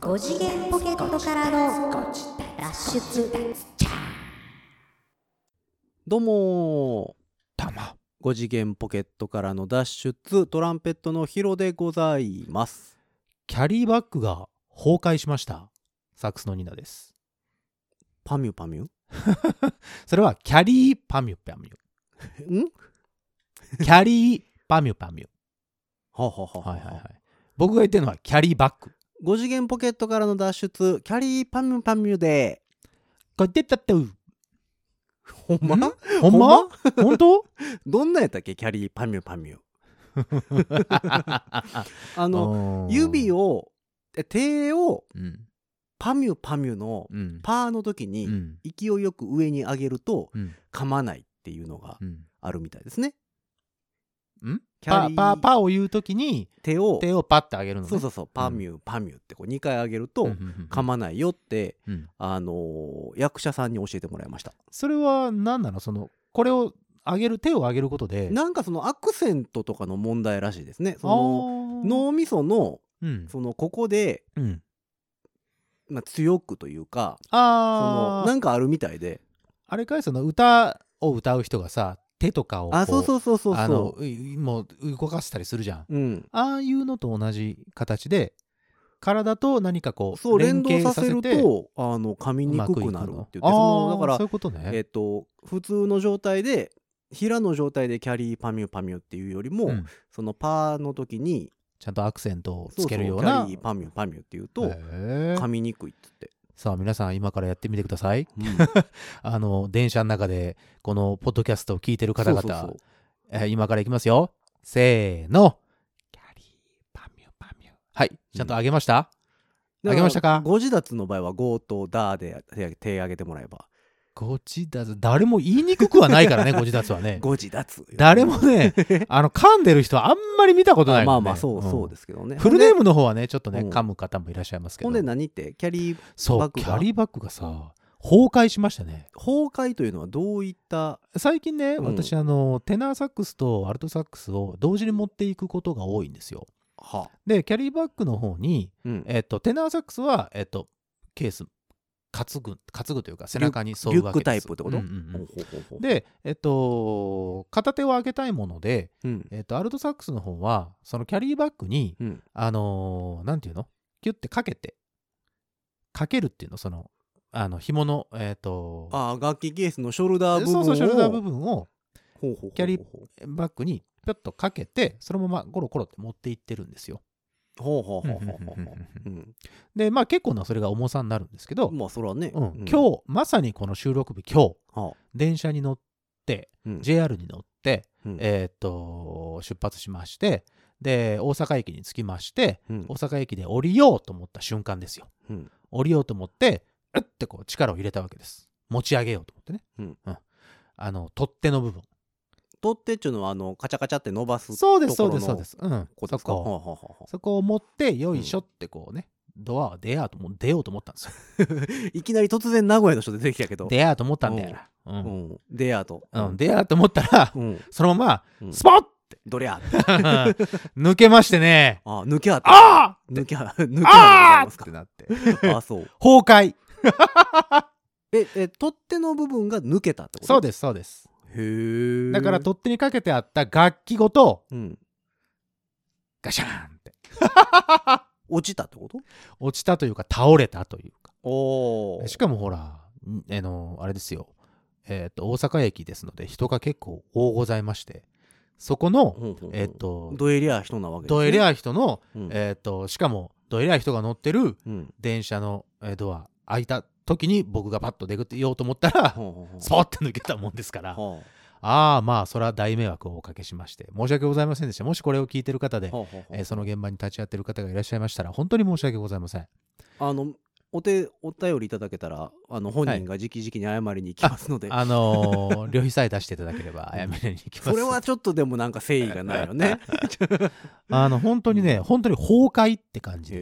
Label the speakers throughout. Speaker 1: 5次元ポケットからの脱出
Speaker 2: どうも
Speaker 3: たま
Speaker 2: ー5次元ポケットからの脱出トランペットのヒロでございます
Speaker 3: キャリーバッグが崩壊しましたサックスのニナです
Speaker 2: パミュパミュ
Speaker 3: それはキャリーパミュパミュ
Speaker 2: ん
Speaker 3: キャリーパミュパミ
Speaker 2: はあはあ
Speaker 3: ュ
Speaker 2: はあ
Speaker 3: はいはいはい僕が言ってるのはキャリーバッグ
Speaker 2: 5次元ポケットからの脱出キャリーパミュパミュで
Speaker 3: これ出たって
Speaker 2: ほんま
Speaker 3: んほんま本当
Speaker 2: どんなやったっけキャリーパミュパミュ あの
Speaker 3: の
Speaker 2: 指
Speaker 3: を
Speaker 2: をえ手を
Speaker 3: うん
Speaker 2: パミュパミュの
Speaker 3: うん
Speaker 2: パーの時に
Speaker 3: うん
Speaker 2: 勢いよく上に上げると
Speaker 3: うん
Speaker 2: 噛まないっていうのが
Speaker 3: うん
Speaker 2: あるみたいですね
Speaker 3: ん
Speaker 2: キャ
Speaker 3: パ
Speaker 2: リー
Speaker 3: パパを言うときに
Speaker 2: 手を
Speaker 3: 手をパッて上げるのね
Speaker 2: そうそうそうパミュパミュってこう2回上げると
Speaker 3: うんうんうん
Speaker 2: 噛まないよって、
Speaker 3: うん
Speaker 2: あのー役者さんに教えてもらいました
Speaker 3: それは何なのそのこれを上げる手を上げることで
Speaker 2: なんかそのアクセントとかの問題らしいですねその
Speaker 3: の
Speaker 2: 脳みその
Speaker 3: うん
Speaker 2: そのここで、
Speaker 3: うん
Speaker 2: まあ、強くというかそ
Speaker 3: あ
Speaker 2: の
Speaker 3: あ
Speaker 2: なんかあるみたいで
Speaker 3: あれかいその歌を歌う人がさ手とかをこ
Speaker 2: あそうそううそうそう
Speaker 3: あ
Speaker 2: そ
Speaker 3: のうもう動かしたりするじゃん
Speaker 2: ううん
Speaker 3: ああいうのと同じ形で体と何かこ
Speaker 2: そうう
Speaker 3: 連
Speaker 2: 連
Speaker 3: 携
Speaker 2: 動
Speaker 3: さ
Speaker 2: さ
Speaker 3: せ
Speaker 2: せ
Speaker 3: て
Speaker 2: るとあの噛みにくくなるって言って
Speaker 3: ああ
Speaker 2: その
Speaker 3: ー
Speaker 2: だ
Speaker 3: そう
Speaker 2: か
Speaker 3: いうことね
Speaker 2: らえっと普通の状態で平の状態でキャリーパミュパミュっていうよりも、
Speaker 3: うん
Speaker 2: そのパーの時に
Speaker 3: ちゃんとアクセントを
Speaker 2: そう
Speaker 3: つ
Speaker 2: そう
Speaker 3: けるよう
Speaker 2: キ
Speaker 3: な
Speaker 2: ャリーパミュパミュっていうと、
Speaker 3: へー
Speaker 2: 噛みにくいっつって、
Speaker 3: さあ皆さん今からやってみてください
Speaker 2: うん
Speaker 3: あの電車の中でこのポッドキャストを聞いてる方々
Speaker 2: そうそうそう
Speaker 3: えー今からいきますよせーのキャリーパミュパミュはいちゃんと上げました、上げましたか
Speaker 2: ご自立の場合は強盗だで手上げてもらえば
Speaker 3: ご自立誰も言いにくくはないか らねご自立はね
Speaker 2: ご自立
Speaker 3: 誰もねあの噛んでる人はあんまり見たことない
Speaker 2: ま
Speaker 3: も
Speaker 2: あ
Speaker 3: んね、
Speaker 2: まあそう、
Speaker 3: ん
Speaker 2: そうですけどね
Speaker 3: フルネー
Speaker 2: ム
Speaker 3: ムの方はねちょっとね、
Speaker 2: うん
Speaker 3: 噛む方もいらっしゃいますけ
Speaker 2: ほ
Speaker 3: ど
Speaker 2: んで何ってキャリー
Speaker 3: そ
Speaker 2: バッ
Speaker 3: う
Speaker 2: グ
Speaker 3: キ
Speaker 2: が
Speaker 3: ャリーバッグがさ崩壊しましたね
Speaker 2: 崩壊というのはどういった
Speaker 3: 最近ね、
Speaker 2: うん
Speaker 3: 私あのテナーサックスとアルトサックスを同時に持っていくことが多いんですよ
Speaker 2: は、
Speaker 3: でキャリーバッグの方に
Speaker 2: うん、
Speaker 3: えっと、テナーサックスは、えっと、ケース担ぐ担ぐというか背中に沿
Speaker 2: リュ
Speaker 3: う
Speaker 2: ッ
Speaker 3: わ
Speaker 2: ク
Speaker 3: け
Speaker 2: タ
Speaker 3: で
Speaker 2: イ
Speaker 3: す
Speaker 2: プってこと、
Speaker 3: うんうんうん
Speaker 2: ほうほうほう
Speaker 3: で、えっと、片手を上げたいもので、
Speaker 2: うん
Speaker 3: えっと、アルトサックスの方はそのキャリーバッグに、
Speaker 2: うん
Speaker 3: あのーなんていうのキュッてかけてかけるっていうのそのあの紐のえっと
Speaker 2: あー楽器ケースのショルダー部分
Speaker 3: そ
Speaker 2: を
Speaker 3: うそうショルダー部分を
Speaker 2: ほうほうほうほう
Speaker 3: キャリーバッグにぴょっとかけてそのままゴロゴロって持っていってるんですよ。
Speaker 2: ほうほうほうほうほう
Speaker 3: うんうん
Speaker 2: ほううん
Speaker 3: でまあ結構なそれが重さになるんですけど、
Speaker 2: まあそらね、
Speaker 3: うん
Speaker 2: うん
Speaker 3: 今日まさにこの収録日今日
Speaker 2: はあ
Speaker 3: 電車に乗って
Speaker 2: うん
Speaker 3: JR に乗って、
Speaker 2: うん
Speaker 3: えーっと出発しましてで大阪駅に着きまして
Speaker 2: うん
Speaker 3: 大阪駅で降りようと思った瞬間ですよ
Speaker 2: うん
Speaker 3: 降りようと思ってうってこう力を入れたわけです持ち上げようと思ってね、
Speaker 2: うん
Speaker 3: あの取っ手の部分
Speaker 2: 取っ手っちゅうのはあのカチャカチャって伸ばす
Speaker 3: そうです
Speaker 2: と
Speaker 3: そ
Speaker 2: こ
Speaker 3: う
Speaker 2: ろの
Speaker 3: ですそうです、うん、
Speaker 2: こ
Speaker 3: そ
Speaker 2: とですか
Speaker 3: こ
Speaker 2: はあはあはあは
Speaker 3: そこを持ってよいしょってこうね、ドアを出ようとも出ようと思ったんですよ
Speaker 2: あいきなり突然名古屋の人出てきたけど
Speaker 3: 出ようと思ったんだよなう
Speaker 2: うんん、でやと。
Speaker 3: うん、出ようと思ったら
Speaker 2: うん。
Speaker 3: そのまま
Speaker 2: うん
Speaker 3: スポッ
Speaker 2: どりゃ。
Speaker 3: 抜けましてね。
Speaker 2: あ、抜けあって。
Speaker 3: あ
Speaker 2: 抜けあ、抜け
Speaker 3: あ
Speaker 2: あ
Speaker 3: あ
Speaker 2: っ
Speaker 3: って
Speaker 2: て
Speaker 3: なって。
Speaker 2: ますか。あ、そう。
Speaker 3: 崩壊。
Speaker 2: え、え、取っ手の部分が抜けたってこと
Speaker 3: そう
Speaker 2: で
Speaker 3: です、そうです。
Speaker 2: す。へえ。
Speaker 3: だから取っ手にかけてあった楽器ごと、
Speaker 2: うん。
Speaker 3: ガシャーンって、
Speaker 2: 落ちたってこと
Speaker 3: 落ちたというか、倒れたという
Speaker 2: お
Speaker 3: か。しかもほら、んあの、あれですよ。えっ、と、大阪駅ですので、人が結構大ございまして、そこの、
Speaker 2: も
Speaker 3: えっ、、と、
Speaker 2: ドエリア人なわけですね。
Speaker 3: どえりゃ人の、
Speaker 2: うん。
Speaker 3: えっ、と、しかも、どえりゃ人が乗ってる
Speaker 2: うん。
Speaker 3: 電車のえードア開いた時に、僕がパッと出てようと思ったら、
Speaker 2: ほうほうほう
Speaker 3: スポッて抜けたもんですから。
Speaker 2: は
Speaker 3: ああまあそれは大迷惑をおかけしまして申し訳ございませんでしたもしこれを聞いてる方で
Speaker 2: あ、はあはあ
Speaker 3: えーその現場に立ち会ってる方がいらっしゃいましたら本当に申し訳ございません
Speaker 2: あの、お手、お便りいただけたら、あの、本人が直々に謝りに行きますので。
Speaker 3: あのー 旅費さえ出していただければ謝りに行きます
Speaker 2: それはちょっとでもなんか誠意がないよ ね。
Speaker 3: あの本当にね本当に崩壊って感じで
Speaker 2: へ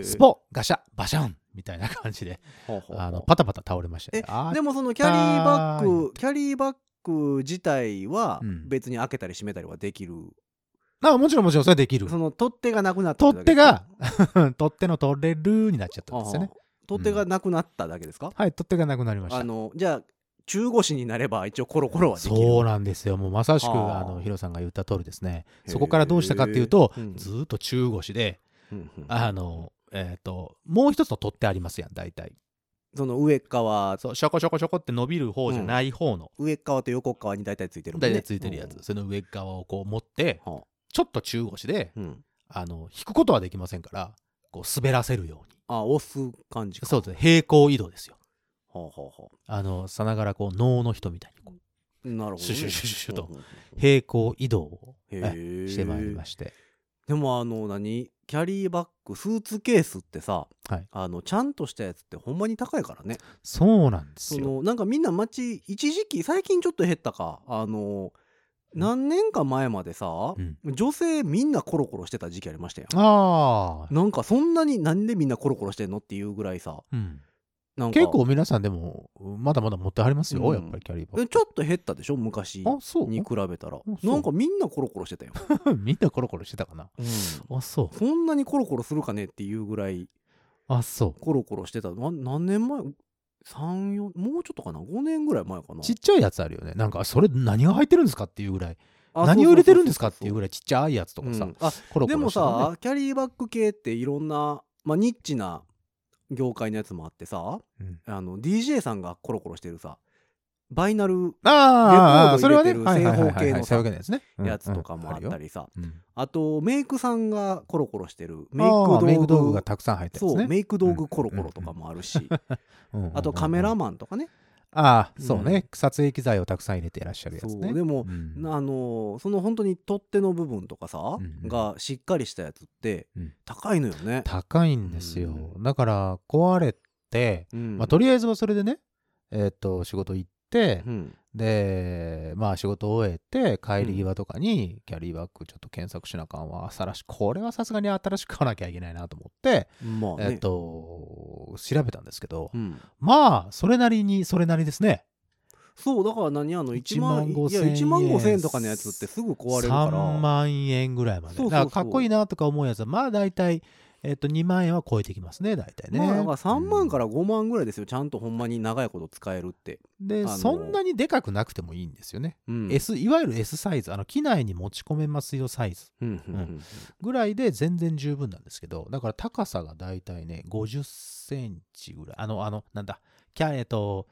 Speaker 2: え。
Speaker 3: スポガシャバシャンみたいな感じで
Speaker 2: はあはあはあ
Speaker 3: あのパタパタ倒れましたね
Speaker 2: え
Speaker 3: あー
Speaker 2: でもそのキャリーバッ
Speaker 3: あっ
Speaker 2: グキャリーバッグ自体は
Speaker 3: うん
Speaker 2: 別に開けたり閉めたりはできる、
Speaker 3: あもちろんもちろんそれはできる
Speaker 2: その取っ手がなくなった
Speaker 3: 取っ手
Speaker 2: だ
Speaker 3: が取っ手の取れるになっちゃっ
Speaker 2: け
Speaker 3: たんですよね
Speaker 2: ああ取っ手がなくなっただけですか、
Speaker 3: はい取っ手がなくなりました
Speaker 2: あのじゃあ中腰になれば一応コロコロはできる
Speaker 3: そうなんですよもうまさしく
Speaker 2: はあ
Speaker 3: あのヒロさんが言った通りですね
Speaker 2: へえ
Speaker 3: そこからどうしたかっていうと、
Speaker 2: うん
Speaker 3: ずーっと中腰で
Speaker 2: うんうん
Speaker 3: あのえっ、ともう一つの取っ手ありますやん大体
Speaker 2: その上っ側
Speaker 3: そうショコショコショコって伸びる方じゃない方の、
Speaker 2: 上っ側と横っ側に大体ついてるもんね
Speaker 3: 大体ついてるやつ、その上側をこう持って
Speaker 2: うんはあ
Speaker 3: ちょっと中腰で
Speaker 2: うん
Speaker 3: あの引くことはできませんからこう滑らせるように
Speaker 2: あ押す感じか
Speaker 3: そうです平行移動ですよ
Speaker 2: はあはあは
Speaker 3: あのさながらこう能の人みたいにこう
Speaker 2: あなるほどね、
Speaker 3: シュシュシュシュシュと
Speaker 2: うんうん
Speaker 3: 平行移動をえ
Speaker 2: へえ
Speaker 3: してまいりまして
Speaker 2: でもあの何キャリーバッグスーツケースってさ、
Speaker 3: はい
Speaker 2: あのちゃんとしたやつってほんまに高いからね
Speaker 3: そうなんです
Speaker 2: そ
Speaker 3: よ
Speaker 2: のなんかみんな街一時期最近ちょっと減ったかあの
Speaker 3: うん
Speaker 2: 何年か前までさ、
Speaker 3: うん
Speaker 2: 女性みんなコロコロしてた時期ありましたよ
Speaker 3: ああ、
Speaker 2: なんかそんなになんでみんなコロコロしてんのっていうぐらいさ
Speaker 3: うん、
Speaker 2: なんか
Speaker 3: 結構皆さんでもまだまだ持ってはりますよ、
Speaker 2: うん
Speaker 3: やっぱりキャリーバッ
Speaker 2: えちょっと減ったでしょ昔
Speaker 3: グあそう
Speaker 2: に比べたら
Speaker 3: そう
Speaker 2: なんかみんなコロコロしてたよ、
Speaker 3: みんなコロコロしてたかなあそう
Speaker 2: そんなにコロコロするかねっていうぐらい
Speaker 3: あそ
Speaker 2: コロコロしてたな何年前34もうちょっとかな5年ぐらい前かな
Speaker 3: うちっちゃいやつあるよねなんかそれ何が入ってるんですかっていうぐらい
Speaker 2: あ
Speaker 3: 何を入れてるんですかっていうぐ
Speaker 2: らい
Speaker 3: らいちっちゃいやつとかさ、
Speaker 2: あ
Speaker 3: コロコ
Speaker 2: で
Speaker 3: ロ
Speaker 2: も
Speaker 3: してたね
Speaker 2: さキャリーバッグ系っていろんな、まあ、ニッチな業界のやつもあってさ
Speaker 3: うん
Speaker 2: あの DJ さんがコロコロしてるさバイナル
Speaker 3: ああそれはね
Speaker 2: レコード入れてる
Speaker 3: はいはいはい
Speaker 2: 正方形の
Speaker 3: はい
Speaker 2: さ
Speaker 3: そういうわけですねうん
Speaker 2: やつとかもあったりさ、
Speaker 3: うんあるよ
Speaker 2: あとメイクさんがコロコロしてる
Speaker 3: うん
Speaker 2: メイク
Speaker 3: あ
Speaker 2: 道
Speaker 3: ー
Speaker 2: 具
Speaker 3: メイク道具がたくさん入ってるん
Speaker 2: そ
Speaker 3: です
Speaker 2: う
Speaker 3: ね
Speaker 2: メイク道具コロコロとかもあるし、
Speaker 3: うんうんうん
Speaker 2: あとカメラマンとかね、
Speaker 3: ああそう
Speaker 2: うん
Speaker 3: ね撮影機材をたくさん入れていらっしゃるやつね
Speaker 2: そうでも
Speaker 3: うん
Speaker 2: あのその本当に取っ手の部分とかさ、
Speaker 3: うんうん
Speaker 2: がしっかりしたやつって
Speaker 3: うん
Speaker 2: 高いのよね、
Speaker 3: 高いんですよ
Speaker 2: う
Speaker 3: だから壊れて
Speaker 2: うん
Speaker 3: まあとりあえずはそれでねえっと仕事行って
Speaker 2: うん
Speaker 3: でまあ仕事を終えて帰り際とかにキャリーバッグちょっと検索しなあかんわ新しこれはさすがに新しく買わなきゃいけないなと思って
Speaker 2: まあね、
Speaker 3: えっと調べたんですけど
Speaker 2: うん
Speaker 3: まあそれなりにそれなりですね
Speaker 2: そうだから何あの1
Speaker 3: 1
Speaker 2: 万
Speaker 3: 万
Speaker 2: いや
Speaker 3: 5000
Speaker 2: 1万5000円とかのやつってすぐ壊れるから
Speaker 3: 3万円ぐらいまで
Speaker 2: そうそうそう
Speaker 3: だからかっこいいなとか思うやつはまあ大体えっと2万円は超えてきますね大体ね
Speaker 2: まあだから3万からら5万ぐらいですよちゃんとほんまに長いこと使えるって、
Speaker 3: で
Speaker 2: あの
Speaker 3: そんなにでかくなくてもいいんですよね
Speaker 2: うん
Speaker 3: S いわゆる S サイズあの機内に持ち込めますよサイズ
Speaker 2: うんうんうん
Speaker 3: ぐらいで全然十分なんですけどだから高さが大体ね50センチぐらいあのあのなんだキャえっと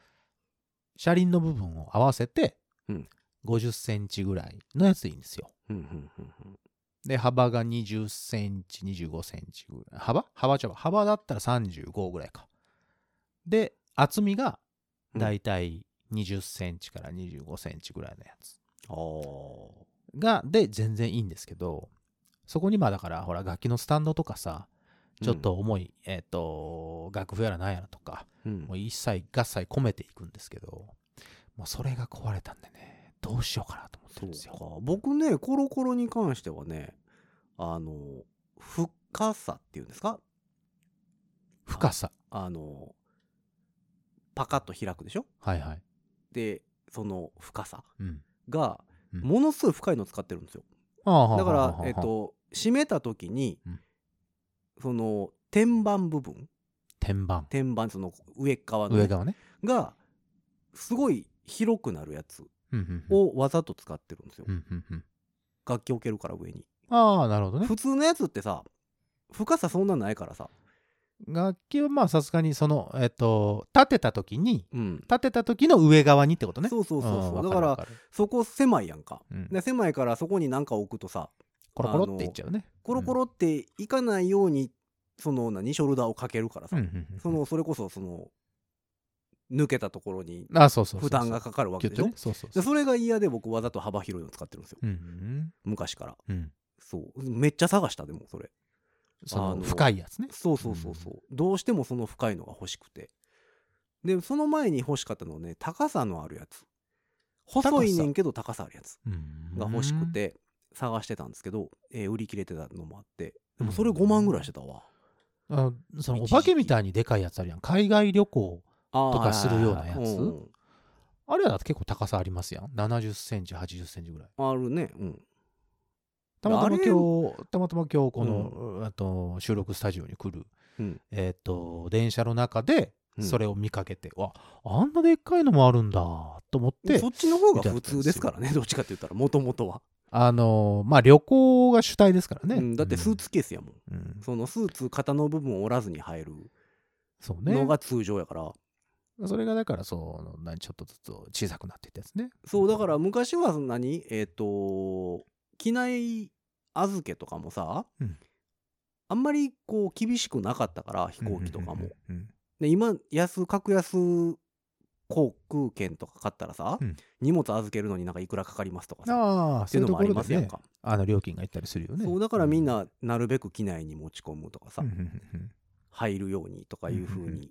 Speaker 3: 車輪の部分を合わせて
Speaker 2: うん
Speaker 3: 50センチぐらいのやつでいいんですよ
Speaker 2: うんうんうんうん
Speaker 3: で幅が20センチ25センチぐらい幅幅ちゃうわ幅だったら35ぐらいかで厚みが大体20センチから25センチぐらいのやつ
Speaker 2: あー
Speaker 3: がで全然いいんですけどそこにまあだからほら楽器のスタンドとかさちょっと重い、えっ、と楽譜やらなんやらとか
Speaker 2: うん
Speaker 3: もう一切合切込めていくんですけどもうそれが壊れたんでねどうしようかなと思ってるんです
Speaker 2: そう
Speaker 3: よ
Speaker 2: か僕ねコロコロに関してはねあの深さっていうんですか
Speaker 3: 深さ
Speaker 2: あのパカッと開くでしょ
Speaker 3: はいはい
Speaker 2: でその深さ
Speaker 3: うん
Speaker 2: が
Speaker 3: うん
Speaker 2: ものすごい深いの使ってるんですよ
Speaker 3: ああ
Speaker 2: だか
Speaker 3: はあはあ
Speaker 2: ら
Speaker 3: はあはあ
Speaker 2: えっと閉めた時に
Speaker 3: うん
Speaker 2: その天板部分
Speaker 3: 天板
Speaker 2: 天板その上っ側のね
Speaker 3: 上側ね
Speaker 2: がすごい広くなるやつ
Speaker 3: うんうんうん
Speaker 2: をわざと使ってるんですよ
Speaker 3: うんうんうん
Speaker 2: 楽器置けるから上に
Speaker 3: ああなるほどね
Speaker 2: 普通のやつってさ深さそんなないからさ
Speaker 3: 楽器はまあさすがにそのえっと立てた時に
Speaker 2: うん
Speaker 3: 立てた時の上側にってことね
Speaker 2: そうそうそうそ
Speaker 3: ん
Speaker 2: うだ
Speaker 3: わ
Speaker 2: か
Speaker 3: るわ
Speaker 2: ら
Speaker 3: る
Speaker 2: そこ狭いやんか
Speaker 3: うん
Speaker 2: で狭いからそこに何か置くとさ
Speaker 3: コロコロっていっちゃうね
Speaker 2: コロコロっていかないようにその何ショルダーをかけるから
Speaker 3: う
Speaker 2: さ
Speaker 3: んうんうん
Speaker 2: そのそれこそその抜けたところに
Speaker 3: あそうそうそうそう
Speaker 2: 負担がかかるわけでし
Speaker 3: キュッと
Speaker 2: ょ
Speaker 3: ねそうそう
Speaker 2: で
Speaker 3: そう
Speaker 2: それが嫌で僕わざと幅広いの使ってるんですよ
Speaker 3: うんうん
Speaker 2: 昔から
Speaker 3: うんうん
Speaker 2: そうめっちゃ探したでもそれ
Speaker 3: その
Speaker 2: あの
Speaker 3: 深いやつね
Speaker 2: そうそうそうそう、どうしてもその深いのが欲しくてでその前に欲しかったのはね高さのあるやつ細いねんけど高さあるやつが欲しくて探してたんですけど、えー売り切れてたのもあってでもそれ5万ぐらいしてたわ、
Speaker 3: うんあそのお化けみたいにでかいやつあるやん海外旅行
Speaker 2: あー
Speaker 3: とかするようなやつ
Speaker 2: ん
Speaker 3: あれはだって結構高さありますやん70センチ80センチぐらい
Speaker 2: あるねうん
Speaker 3: たま
Speaker 2: あ
Speaker 3: たま
Speaker 2: れ
Speaker 3: 今日、たまたま今日この、あと収録スタジオに来る、
Speaker 2: うん
Speaker 3: えっ、と、電車の中で、
Speaker 2: うん
Speaker 3: それを見かけて、わ、あんなでっかいのもあるんだ、と思って、
Speaker 2: そっちの方が普通ですからねどっちかって言ったらもともとは、
Speaker 3: あの、まあ、旅行が主体ですからね。
Speaker 2: うんだってスーツケースやもん、
Speaker 3: うん、うん
Speaker 2: そのスーツ型の部分を折らずに入る
Speaker 3: そうね
Speaker 2: の。が通常やから、
Speaker 3: それがだから、その、何、ちょっとずつ小さくなっていったやつね。
Speaker 2: そうだから、昔は何えっ、と機内預けとかもさ、
Speaker 3: うん
Speaker 2: あんまりこう厳しくなかったから飛行機とかも、
Speaker 3: うん。うん
Speaker 2: で今安格安航空券とか買ったらさ、
Speaker 3: うん
Speaker 2: 荷物預けるのになんかいくらかかりますとかさ
Speaker 3: ああ、
Speaker 2: ってい
Speaker 3: そういう
Speaker 2: う
Speaker 3: と
Speaker 2: のも
Speaker 3: こ
Speaker 2: あり
Speaker 3: ろ
Speaker 2: ま
Speaker 3: です
Speaker 2: やん
Speaker 3: ね。
Speaker 2: か
Speaker 3: あの、料金がいったりするよね。
Speaker 2: そうだからみん
Speaker 3: う
Speaker 2: ななるべく機内に持ち込むとかさ、
Speaker 3: うんうん
Speaker 2: 入るようにとかいう風
Speaker 3: うんうん
Speaker 2: に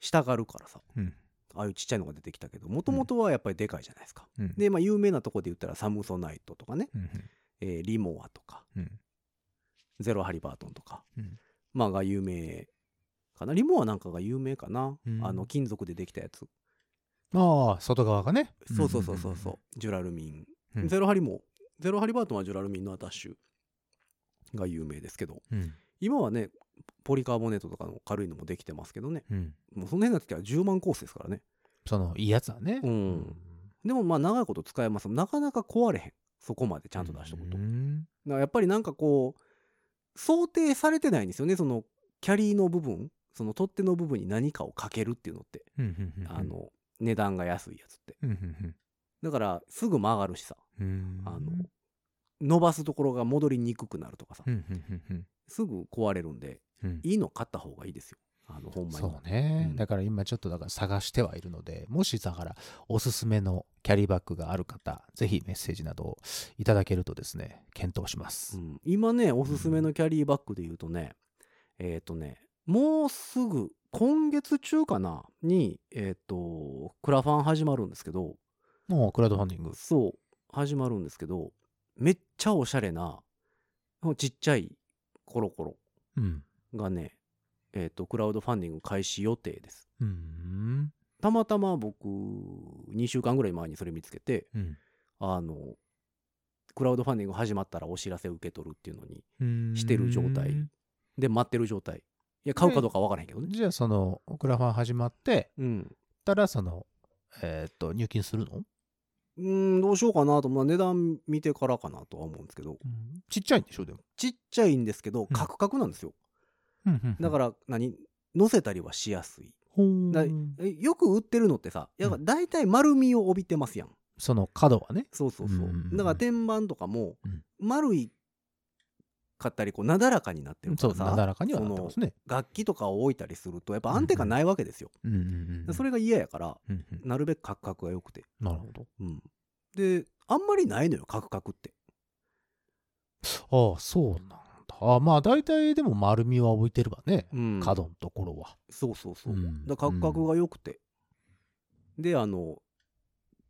Speaker 2: したがるからさ
Speaker 3: うんうん
Speaker 2: ああいうちっちゃいのが出てきたけどもともとはやっぱりでかいじゃないですか。
Speaker 3: うん
Speaker 2: でまあ有名なとこで言ったらサムソナイトとかね、
Speaker 3: うんうん
Speaker 2: えーリモアとか
Speaker 3: うん
Speaker 2: ゼロハリバートンとか、
Speaker 3: うん
Speaker 2: まあが有名かなリモアなんかが有名かな、
Speaker 3: うん
Speaker 2: あの金属でできたやつ、
Speaker 3: ああ、外側がね。
Speaker 2: そうそうそうそうそうジュラルミン、
Speaker 3: うん
Speaker 2: ゼロハリもゼロハリバートンはジュラルミンのアタッシュが有名ですけど
Speaker 3: うん。うん
Speaker 2: 今はねポリカーボネートとかの軽いのもできてますけどね
Speaker 3: うん。
Speaker 2: もうその辺になってきたら10万コースですからね
Speaker 3: その、いいやつはね。
Speaker 2: うんでもまあ長いこと使えますなかなか壊れへんそこまでち
Speaker 3: ち
Speaker 2: ゃんと出しとくと、
Speaker 3: う
Speaker 2: だか
Speaker 3: ん。
Speaker 2: らやっぱりなんかこう想定されてないんですよねそのキャリーの部分その取っ手の部分に何かをかけるっていうのって、
Speaker 3: うんうんうんうん
Speaker 2: あ、の値段が安いやつって
Speaker 3: うんうん
Speaker 2: だからすぐ曲がるしさ
Speaker 3: うんうん。
Speaker 2: あの伸ばすところが戻りにくくなるとかさ、
Speaker 3: うんうんうんうん
Speaker 2: すぐ壊れるんで
Speaker 3: うん。
Speaker 2: いいの買った方がいいですよあのほんまに
Speaker 3: そうね、
Speaker 2: うん
Speaker 3: だから今ちょっとだから探してはいるのでもしだからおすすめのキャリーバッグがある方ぜひメッセージなどをいただけるとですね検討します、
Speaker 2: うん今ねおすすめのキャリーバッグで言うとね、えっ、とねもうすぐ今月中かなにえっ、とクラファン始まるんですけど
Speaker 3: もうクラウドファンディング
Speaker 2: そう始まるんですけどめっちゃおしゃれなちっちゃいコロコロ
Speaker 3: うん
Speaker 2: がねえっ、とクラウドファンディング開始予定です
Speaker 3: うん
Speaker 2: たまたま僕2週間ぐらい前にそれ見つけて
Speaker 3: うん
Speaker 2: あのクラウドファンディング始まったらお知らせ受け取るっていうのに
Speaker 3: うん
Speaker 2: してる状態で待ってる状態いや買うかどうか分からへんけどね
Speaker 3: じゃあそのクラファン始まって
Speaker 2: うん、
Speaker 3: たらそのえーっと入金するの、
Speaker 2: うーん、どうしようかなと、まあ、値段見てからかなとは思うんですけど
Speaker 3: ちっちゃいんでしょでも、
Speaker 2: ちっちゃいんですけどカクカクなんですよ、だからら何乗せたりはしやすい
Speaker 3: ほー
Speaker 2: だえよく売ってるのってさやっぱ大体丸みを帯びてますやん、
Speaker 3: その角はね
Speaker 2: そうそうそう
Speaker 3: うんうんうん
Speaker 2: だから天板とかも
Speaker 3: うん
Speaker 2: 丸いかったりこうなだらかになってるか
Speaker 3: そう
Speaker 2: らさ
Speaker 3: なだらかにはなってますね、
Speaker 2: 楽器とかを置いたりするとやっぱ安定感ないわけですよ、
Speaker 3: うんうんうん、
Speaker 2: それが嫌やから
Speaker 3: うんうん
Speaker 2: なるべくカクカクが良くて
Speaker 3: なるほど
Speaker 2: うん、であんまりないのよカクカクって
Speaker 3: ああそうなんだああまあ大体でも丸みは置いてればね、
Speaker 2: うん
Speaker 3: 角のところは
Speaker 2: そうそうそう、
Speaker 3: うん
Speaker 2: だからカクカクが良くて、であの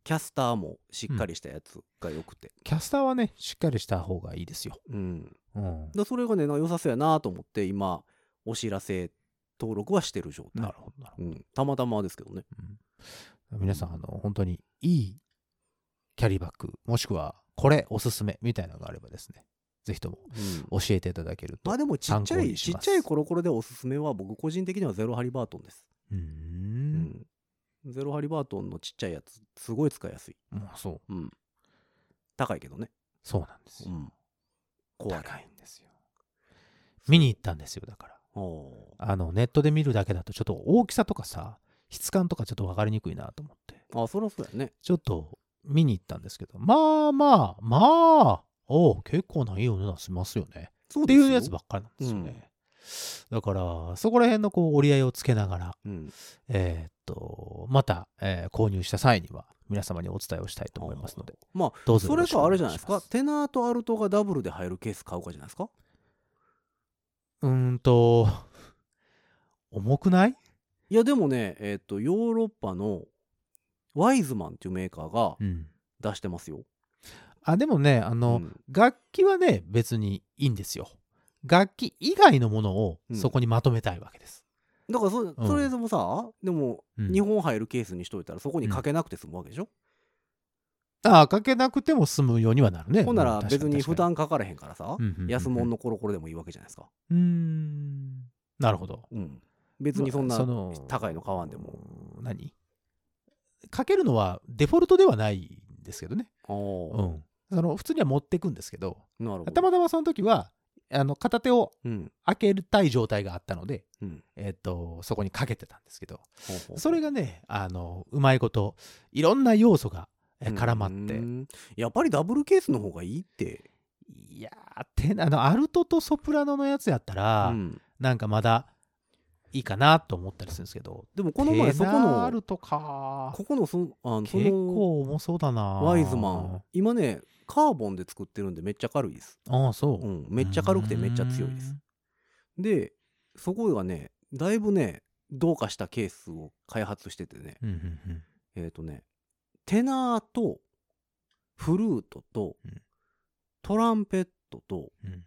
Speaker 2: キャスターもしっかりしたやつが良くて、
Speaker 3: キャスターはねしっかりした方がいいですよ、
Speaker 2: うんだか
Speaker 3: うん、
Speaker 2: らそれがねなんか良さそうやなと思って今お知らせ登録はしてる状
Speaker 3: な
Speaker 2: 態
Speaker 3: る、ほどなるほ
Speaker 2: うん、たまたまですけどね
Speaker 3: ど皆さんあの本当にいいキャリーバッグもしくはこれおすすめみたいなのがあればですねぜひとも教えていただけると
Speaker 2: まあでもちっちゃ
Speaker 3: 参考
Speaker 2: い
Speaker 3: に
Speaker 2: ち
Speaker 3: し
Speaker 2: っ
Speaker 3: ま
Speaker 2: ち
Speaker 3: す
Speaker 2: ゃいコロコロでおすすめは僕個人的にはゼロハリバートンです、
Speaker 3: うー
Speaker 2: うんゼロハリバートンのちっちゃいやつすごい使いやすい、
Speaker 3: まあそう
Speaker 2: うん、高いけどね、
Speaker 3: そうなんです
Speaker 2: う
Speaker 3: よ、
Speaker 2: ん、怖い
Speaker 3: 高いんですよ見に行ったんですよだから
Speaker 2: おー
Speaker 3: あのネットで見るだけだとちょっと大きさとかさ質感とかちょっと分かりにくいなと思って
Speaker 2: あそりゃそうやね
Speaker 3: ちょっと見に行ったんですけど、まあまあ、まあ、おう結構ないいお値段しますよね。
Speaker 2: そう
Speaker 3: っていうやつばっかりなんですよね。だから、そこら辺のこう折り合いをつけながら、
Speaker 2: うん、
Speaker 3: えーっと、また、えー購入した際には、皆様にお伝えをしたいと思いますので、
Speaker 2: まあ
Speaker 3: どうぞ
Speaker 2: そ
Speaker 3: よ
Speaker 2: れ
Speaker 3: ろしく
Speaker 2: か
Speaker 3: お
Speaker 2: あ
Speaker 3: 願
Speaker 2: れ
Speaker 3: いし
Speaker 2: じゃ
Speaker 3: ま
Speaker 2: ないですかテナーとアルトがダブルで入るケース買うかじゃないですか
Speaker 3: うーんと、重くない
Speaker 2: いやでもねえっ、とヨーロッパのワイズマンっていうメーカーが
Speaker 3: うん。
Speaker 2: 出してますよ、
Speaker 3: あ、でもね、あ
Speaker 2: う
Speaker 3: の、
Speaker 2: ん
Speaker 3: 楽器はね、別にいいんですよ。楽器以外のものをそこにまとめたいわけです。
Speaker 2: だからそそれでもさ、でも
Speaker 3: うん
Speaker 2: 日本入るケースにしといたらそこにかけなくて済むわけでしょ、
Speaker 3: ああ、かけなくても済むようにはなるね。
Speaker 2: ほんな
Speaker 3: う
Speaker 2: ら
Speaker 3: 確か
Speaker 2: 別に負
Speaker 3: 確か
Speaker 2: 担かからへんからさ
Speaker 3: うんうんうんうん
Speaker 2: 安物のコロコロでもいいわけじゃないですか、
Speaker 3: うーん。なるほど。
Speaker 2: うん、別にそんな
Speaker 3: まあの
Speaker 2: 高いの買わんでも
Speaker 3: うーん何かけるのはデフォルトではないんですけどね。
Speaker 2: お
Speaker 3: う
Speaker 2: ー
Speaker 3: ん。その普通には持ってくんですけど、
Speaker 2: なるほど
Speaker 3: たまたまその時は、あの片手を
Speaker 2: うん
Speaker 3: 開けたい状態があったので、
Speaker 2: うん
Speaker 3: えっと、そこにかけてたんですけど、
Speaker 2: ほうほう
Speaker 3: それがね、あの、うまいこと、いろんな要素がえ絡まっ
Speaker 2: う
Speaker 3: て、
Speaker 2: んやっぱりダブルケースの方がいいって
Speaker 3: いやーてなあの、アルトとソプラノのやつやったら、
Speaker 2: うん
Speaker 3: なんかまだいいかなと思ったりするんですけど、
Speaker 2: でもこの前そこ
Speaker 3: テナー
Speaker 2: の
Speaker 3: ルとか
Speaker 2: ここのそのあのそ
Speaker 3: 結
Speaker 2: の
Speaker 3: 構重そうだな
Speaker 2: ワイズマン今ねカーボンで作ってるんでめっちゃ軽いです、
Speaker 3: ああそうう、
Speaker 2: ん、めっちゃ軽くてめっちゃ強いですでそこがねだいぶねどうかしたケースを開発しててね
Speaker 3: うーんうんうんうん
Speaker 2: えっ、とねテナーとフルートと
Speaker 3: うん
Speaker 2: トランペットと
Speaker 3: うん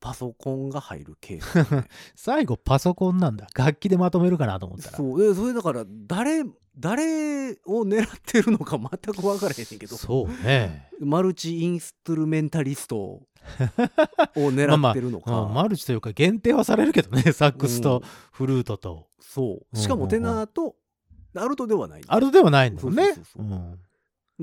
Speaker 2: パソコンが入るケー ス、ね、
Speaker 3: 最後パソコンなんだ楽器でまとめるかなと思ったら
Speaker 2: そうえそれだから誰誰を狙ってるのか全く分からへんねんけど
Speaker 3: そうね、
Speaker 2: マルチインストゥルメンタリストを 狙ってるのか、
Speaker 3: まあ、マルチというか限定はされるけどねサックスと
Speaker 2: うん
Speaker 3: フルートと、
Speaker 2: そうしかもテナーとアルトではない
Speaker 3: アルトではないんだもんね
Speaker 2: そうそう
Speaker 3: う
Speaker 2: そうそうん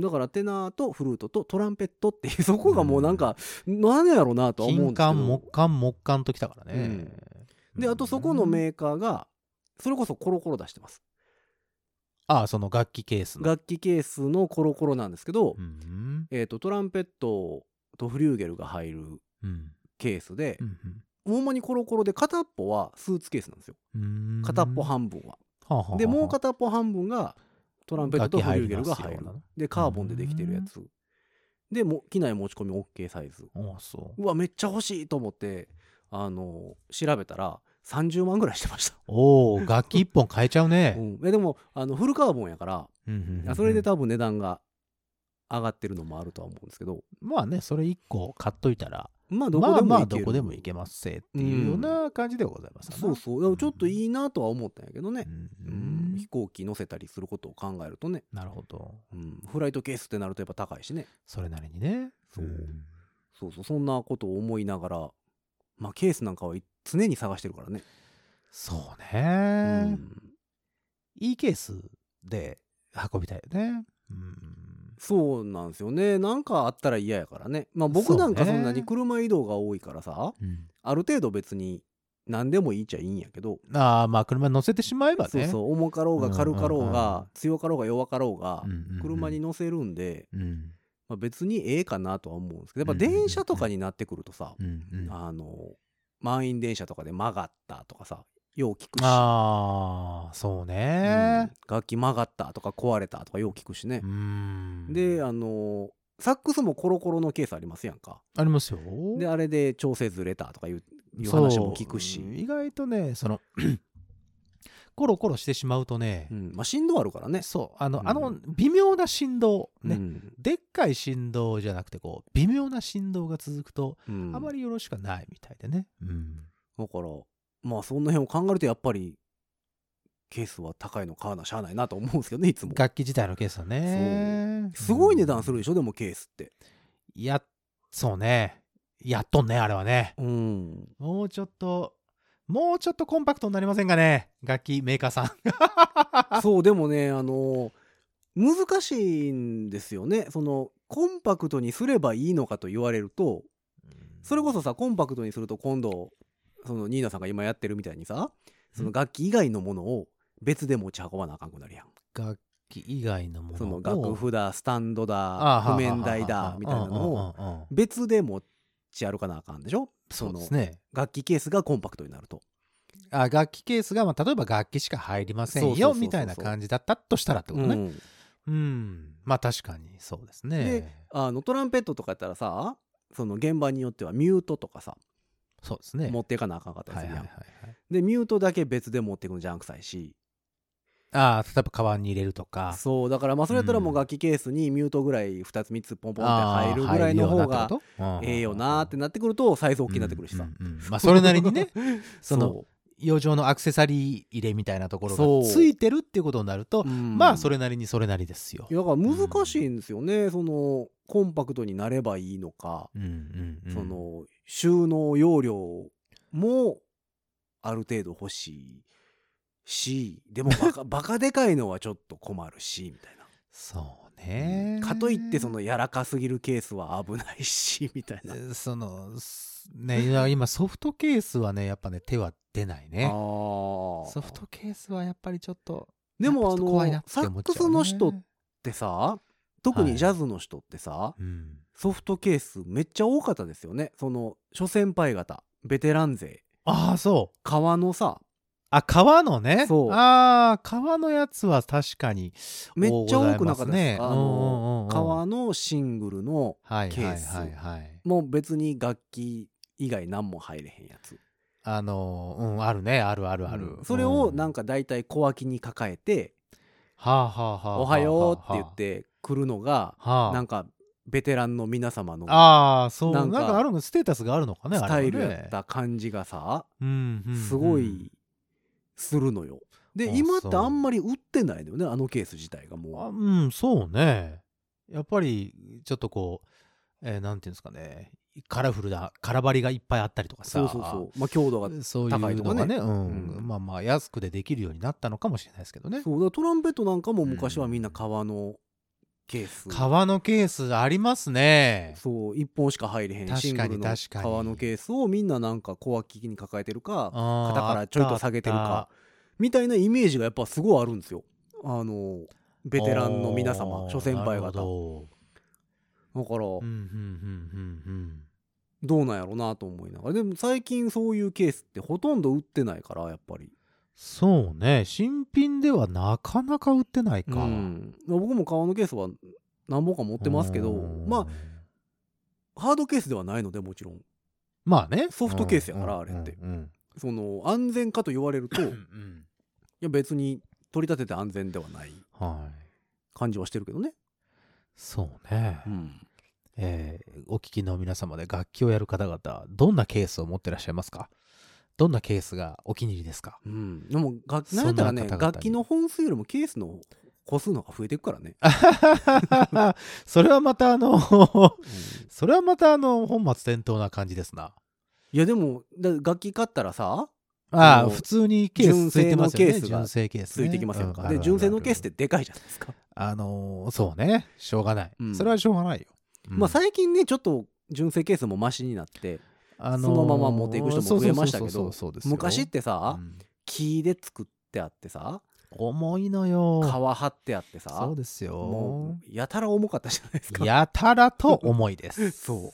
Speaker 2: だからテナーとフルートとトランペットっていうそこがもうなんか何やろなとは思うん
Speaker 3: 金
Speaker 2: ですけど
Speaker 3: 管木管木管ときたからね、
Speaker 2: であとそこの
Speaker 3: ー
Speaker 2: メーカーがそれこそコロコロ出してます
Speaker 3: ああその楽器ケースの、
Speaker 2: 楽器ケースのコロコロなんですけど、
Speaker 3: うん
Speaker 2: えー、とトランペットとフリューゲルが入る
Speaker 3: うん
Speaker 2: ケースで
Speaker 3: う、ん
Speaker 2: ほんまにコロコロで片っぽはスーツケースなんですよ
Speaker 3: うん、
Speaker 2: 片っぽ半分は、
Speaker 3: はあはあはあ
Speaker 2: でもう片っぽ半分がトランペットとフリューゲルが入
Speaker 3: 楽器入り
Speaker 2: る
Speaker 3: ますよ
Speaker 2: でカーボンでできてるやつでもう機内持ち込み OK サイズ
Speaker 3: ああそう
Speaker 2: うわめっちゃ欲しいと思ってあの調べたら30万ぐらいしてました、
Speaker 3: おお楽器1本変えちゃう
Speaker 2: う
Speaker 3: ね、
Speaker 2: ん、えでもあのフルカーボンやから
Speaker 3: うんうんうんうん
Speaker 2: それで多分値段が上がってるのもあるとは思うんですけど
Speaker 3: まあねそれ1個買っといたら
Speaker 2: まあどこ
Speaker 3: ま
Speaker 2: で
Speaker 3: あ
Speaker 2: も
Speaker 3: ま
Speaker 2: い
Speaker 3: あ
Speaker 2: け
Speaker 3: ど
Speaker 2: る
Speaker 3: こでもいけますせっていうような感じではございますかな
Speaker 2: そうそうでもちょっといいなとは思ったんやけどね
Speaker 3: う、ん
Speaker 2: うん飛行機乗せたりすることを考えるとね、
Speaker 3: なるほど
Speaker 2: うん、フライトケースってなるとやっぱ高いしね
Speaker 3: それなりにね
Speaker 2: そうんそうそうそんなことを思いながらまあケースなんかはい常に探してるからね、
Speaker 3: そう
Speaker 2: う
Speaker 3: ね、
Speaker 2: ん、
Speaker 3: いいケースで運びたいよねうん
Speaker 2: そうなんですよねなんかあったら嫌やからねまあ僕
Speaker 3: そうね
Speaker 2: なんかそんなに車移動が多いからさ、
Speaker 3: うん
Speaker 2: ある程度別に何でもいいっちゃいいんやけど、
Speaker 3: ああまあ車に乗せてしまえばね
Speaker 2: そうそう重かろうが軽かろう
Speaker 3: うんうんうん
Speaker 2: が強かろうが弱かろうが
Speaker 3: うんうんうん
Speaker 2: 車に乗せるんで、
Speaker 3: うん
Speaker 2: まあ、別にええかなとは思うんですけどやっぱ
Speaker 3: うんうんうんうん
Speaker 2: 電車とかになってくるとさ、
Speaker 3: うんうん
Speaker 2: あの満員電車とかで曲がったとかさよう聞くし、
Speaker 3: ああそうね
Speaker 2: うん楽器曲がったとか壊れたとかよう聞くしね
Speaker 3: う、ん
Speaker 2: であのサックスもコロコロのケースありますやんか
Speaker 3: ありますよ
Speaker 2: であれで調整ずれたとかいういう話も聞くし
Speaker 3: そう、意外とねその コロコロしてしまうとね、
Speaker 2: うんまあ、振動あるからね
Speaker 3: そうあの,、
Speaker 2: うん
Speaker 3: あの微妙な振動ね、
Speaker 2: うん
Speaker 3: でっかい振動じゃなくてこう微妙な振動が続くと、
Speaker 2: うん
Speaker 3: あまりよろしくはないみたいでね、
Speaker 2: だからまあそんな辺を考えるとやっぱりケースは高いの買わなしゃあないなと思うんですけどねいつも
Speaker 3: 楽器自体のケースはね
Speaker 2: すごい値段する
Speaker 3: うん
Speaker 2: でしょでもケースって
Speaker 3: いやそうねやっとんねあれはね
Speaker 2: うん
Speaker 3: もうちょっともうちょっとコンパクトになりませんかね楽器メーカーさん
Speaker 2: そうでもねあの難しいんですよねそのコンパクトにすればいいのかと言われるとそれこそさコンパクトにすると今度そのニーナさんが今やってるみたいにさその楽器以外のものを別で持ち運ばなあかんくなるやん
Speaker 3: 楽器以外のもの
Speaker 2: その
Speaker 3: を
Speaker 2: 楽譜だスタンド
Speaker 3: あ
Speaker 2: だ
Speaker 3: あはあ
Speaker 2: 譜
Speaker 3: はあはあ
Speaker 2: 面台だみたいなのを
Speaker 3: うんうんうんうん
Speaker 2: 別で持ち歩かなあかんでしょ
Speaker 3: そう
Speaker 2: の
Speaker 3: ですね
Speaker 2: 楽器ケースがコンパクトになると
Speaker 3: あ楽器ケースが、まあ、例えば楽器しか入りませ
Speaker 2: そう
Speaker 3: ん
Speaker 2: そうそう
Speaker 3: よ
Speaker 2: そう
Speaker 3: みたいな感じだったとしたらってこと
Speaker 2: う
Speaker 3: ね
Speaker 2: ん
Speaker 3: うん、まあ確かにそうです
Speaker 2: で
Speaker 3: ね
Speaker 2: あのトランペットとかやったらさその現場によってはミュートとかさ
Speaker 3: そうですね
Speaker 2: 持っていかなあかんかったり
Speaker 3: は
Speaker 2: す
Speaker 3: い
Speaker 2: る
Speaker 3: はい
Speaker 2: や
Speaker 3: は
Speaker 2: ん
Speaker 3: い、はい、
Speaker 2: でミュートだけ別で持ってくのじゃんくさいし
Speaker 3: ああ例えばカバンに入れるとか
Speaker 2: そうだからまあそれやったらもう
Speaker 3: うん
Speaker 2: 楽器ケースにミュートぐらい2つ3つポンポンって
Speaker 3: ああ
Speaker 2: 入るぐらいの方が
Speaker 3: 入るようなってことうん
Speaker 2: ええよなーってなってくるとサイズ大きくなってくるしさ
Speaker 3: うんうんうんまあそれなりにねその
Speaker 2: そう
Speaker 3: 余剰のアクセサリー入れみたいなところ
Speaker 2: そう
Speaker 3: がついてるっていうことになると、まあそ
Speaker 2: れ
Speaker 3: れなりにそれなりですよ
Speaker 2: い。やだから難しいんですよね、そのコンパクトになればいいのか、
Speaker 3: うんうんうん
Speaker 2: その収納容量もある程度欲しいしでも バカバカでかいのはちょっと困るしみたいな。
Speaker 3: そうね。
Speaker 2: かといってそのやらかすぎるケースは危ないしみたいな。
Speaker 3: そのすねいや今ソフトケースはねやっぱね手は出ないね
Speaker 2: ああ
Speaker 3: ソフトケースはやっぱりちょっと
Speaker 2: で
Speaker 3: や
Speaker 2: もあ
Speaker 3: っぱちょっと怖いな
Speaker 2: の
Speaker 3: って
Speaker 2: サッ
Speaker 3: 思っちゃ
Speaker 2: ク
Speaker 3: う
Speaker 2: ス
Speaker 3: ね
Speaker 2: の人ってさ特にジャズの人ってさ、
Speaker 3: うん
Speaker 2: ソフトケースめっちゃ多かったですよねその諸先輩方ベテラン勢
Speaker 3: ああそう
Speaker 2: 革のさ
Speaker 3: あ革のね
Speaker 2: そう
Speaker 3: ああ革のやつは確かに
Speaker 2: めっちゃ多くなかったで
Speaker 3: ね
Speaker 2: すか、あの革のシングルの
Speaker 3: はい
Speaker 2: ケ
Speaker 3: は
Speaker 2: ー
Speaker 3: い
Speaker 2: ス
Speaker 3: はいはい
Speaker 2: もう別に楽器以外何も入れへんやつ
Speaker 3: あのーうんあるねあるあるある、
Speaker 2: うんそれをなん
Speaker 3: か、
Speaker 2: か大体小脇に抱えて
Speaker 3: はあはあ
Speaker 2: 「
Speaker 3: はあ
Speaker 2: おはよう」って言って来るのが
Speaker 3: はあ
Speaker 2: なんかベテランの皆様の
Speaker 3: ああそう
Speaker 2: な
Speaker 3: なん
Speaker 2: んか
Speaker 3: かあるのステータスがあるのかね
Speaker 2: スタイル
Speaker 3: あれは
Speaker 2: や
Speaker 3: ね
Speaker 2: った感じがさ
Speaker 3: うんうんうん
Speaker 2: すごいするのよ。で
Speaker 3: あ
Speaker 2: 今って
Speaker 3: そう
Speaker 2: あんまり売ってないのよねあのケース自体がもう。
Speaker 3: あうんそうねやっぱりちょっとこう、えーなんていうんですかねカラフルな空張りがいっぱいあったりとかさ
Speaker 2: そうそうそうまあ強度が、
Speaker 3: そういうの
Speaker 2: 高
Speaker 3: がね
Speaker 2: いと
Speaker 3: うん
Speaker 2: うん
Speaker 3: まあまあ安くでできるようになったのかもしれないですけどね
Speaker 2: そうだからトランペットなんかも昔はみんな革のケース、
Speaker 3: 革のケースありますね
Speaker 2: そう1本しか入れへん
Speaker 3: 確かに
Speaker 2: シングルの
Speaker 3: 確かに
Speaker 2: 革のケースをみんななんか小脇に抱えてるか
Speaker 3: あー
Speaker 2: 肩からちょいと下げてる
Speaker 3: あったあ
Speaker 2: か
Speaker 3: っ
Speaker 2: みたいなイメージがやっぱすごいあるんですよあの
Speaker 3: た
Speaker 2: ベテランの皆
Speaker 3: あ
Speaker 2: 様
Speaker 3: ー
Speaker 2: 諸先輩
Speaker 3: なる
Speaker 2: 方
Speaker 3: ほど
Speaker 2: だから
Speaker 3: うんうんうんうんうん
Speaker 2: どうなんやろうなと思いながらでも最近そういうケースってほとんど売ってないからやっぱり、
Speaker 3: そうね新品ではなかなか売ってないか、
Speaker 2: うん僕も革のケースは何本か持ってますけど
Speaker 3: うん
Speaker 2: まあハードケースではないのでもちろん
Speaker 3: まあね
Speaker 2: ソフトケースやから
Speaker 3: うん
Speaker 2: あ
Speaker 3: うん
Speaker 2: れって
Speaker 3: うんうん
Speaker 2: その安全かと言われるとい
Speaker 3: うん
Speaker 2: や別に取り立てて安全ではない
Speaker 3: はい。
Speaker 2: 感じはしてるけどね。
Speaker 3: そうね、
Speaker 2: ん、
Speaker 3: えーお聞きの皆様で楽器をやる方々、どんなケースを持ってらっしゃいますかどんなケースがお気に入りで すか
Speaker 2: うん、でも楽
Speaker 3: そん
Speaker 2: なんやっ
Speaker 3: な
Speaker 2: たらね
Speaker 3: 方々に
Speaker 2: 楽器の本数よりもケースの個数の方が増えていくからね。
Speaker 3: それはまたあの、
Speaker 2: うん
Speaker 3: それはまたあの、本末転倒な感じですな。
Speaker 2: いやでもだ楽器買ったらさあ
Speaker 3: あ
Speaker 2: の
Speaker 3: あ、普通にケースついてますよね。
Speaker 2: 純
Speaker 3: 純正ケース、
Speaker 2: ついてきますやんか。
Speaker 3: う
Speaker 2: で純正のケースっ。
Speaker 3: あ
Speaker 2: て
Speaker 3: るあるある
Speaker 2: でかいじゃないですか。
Speaker 3: あのーそうね。しょうがない、
Speaker 2: うん
Speaker 3: それはしょうがないよ。うん
Speaker 2: まあ最近ねちょっと純正ケースもマシになって
Speaker 3: あ
Speaker 2: そのまま持っていく人も増えましたけど
Speaker 3: そうそうそうそうそうですよ
Speaker 2: 昔ってさ、
Speaker 3: うん
Speaker 2: 木で作ってあってさ
Speaker 3: 重いのよ。
Speaker 2: 皮張ってあってさ
Speaker 3: そうですよ
Speaker 2: も。うやたら重かったじゃないですか。
Speaker 3: やたらと重いです。。
Speaker 2: そう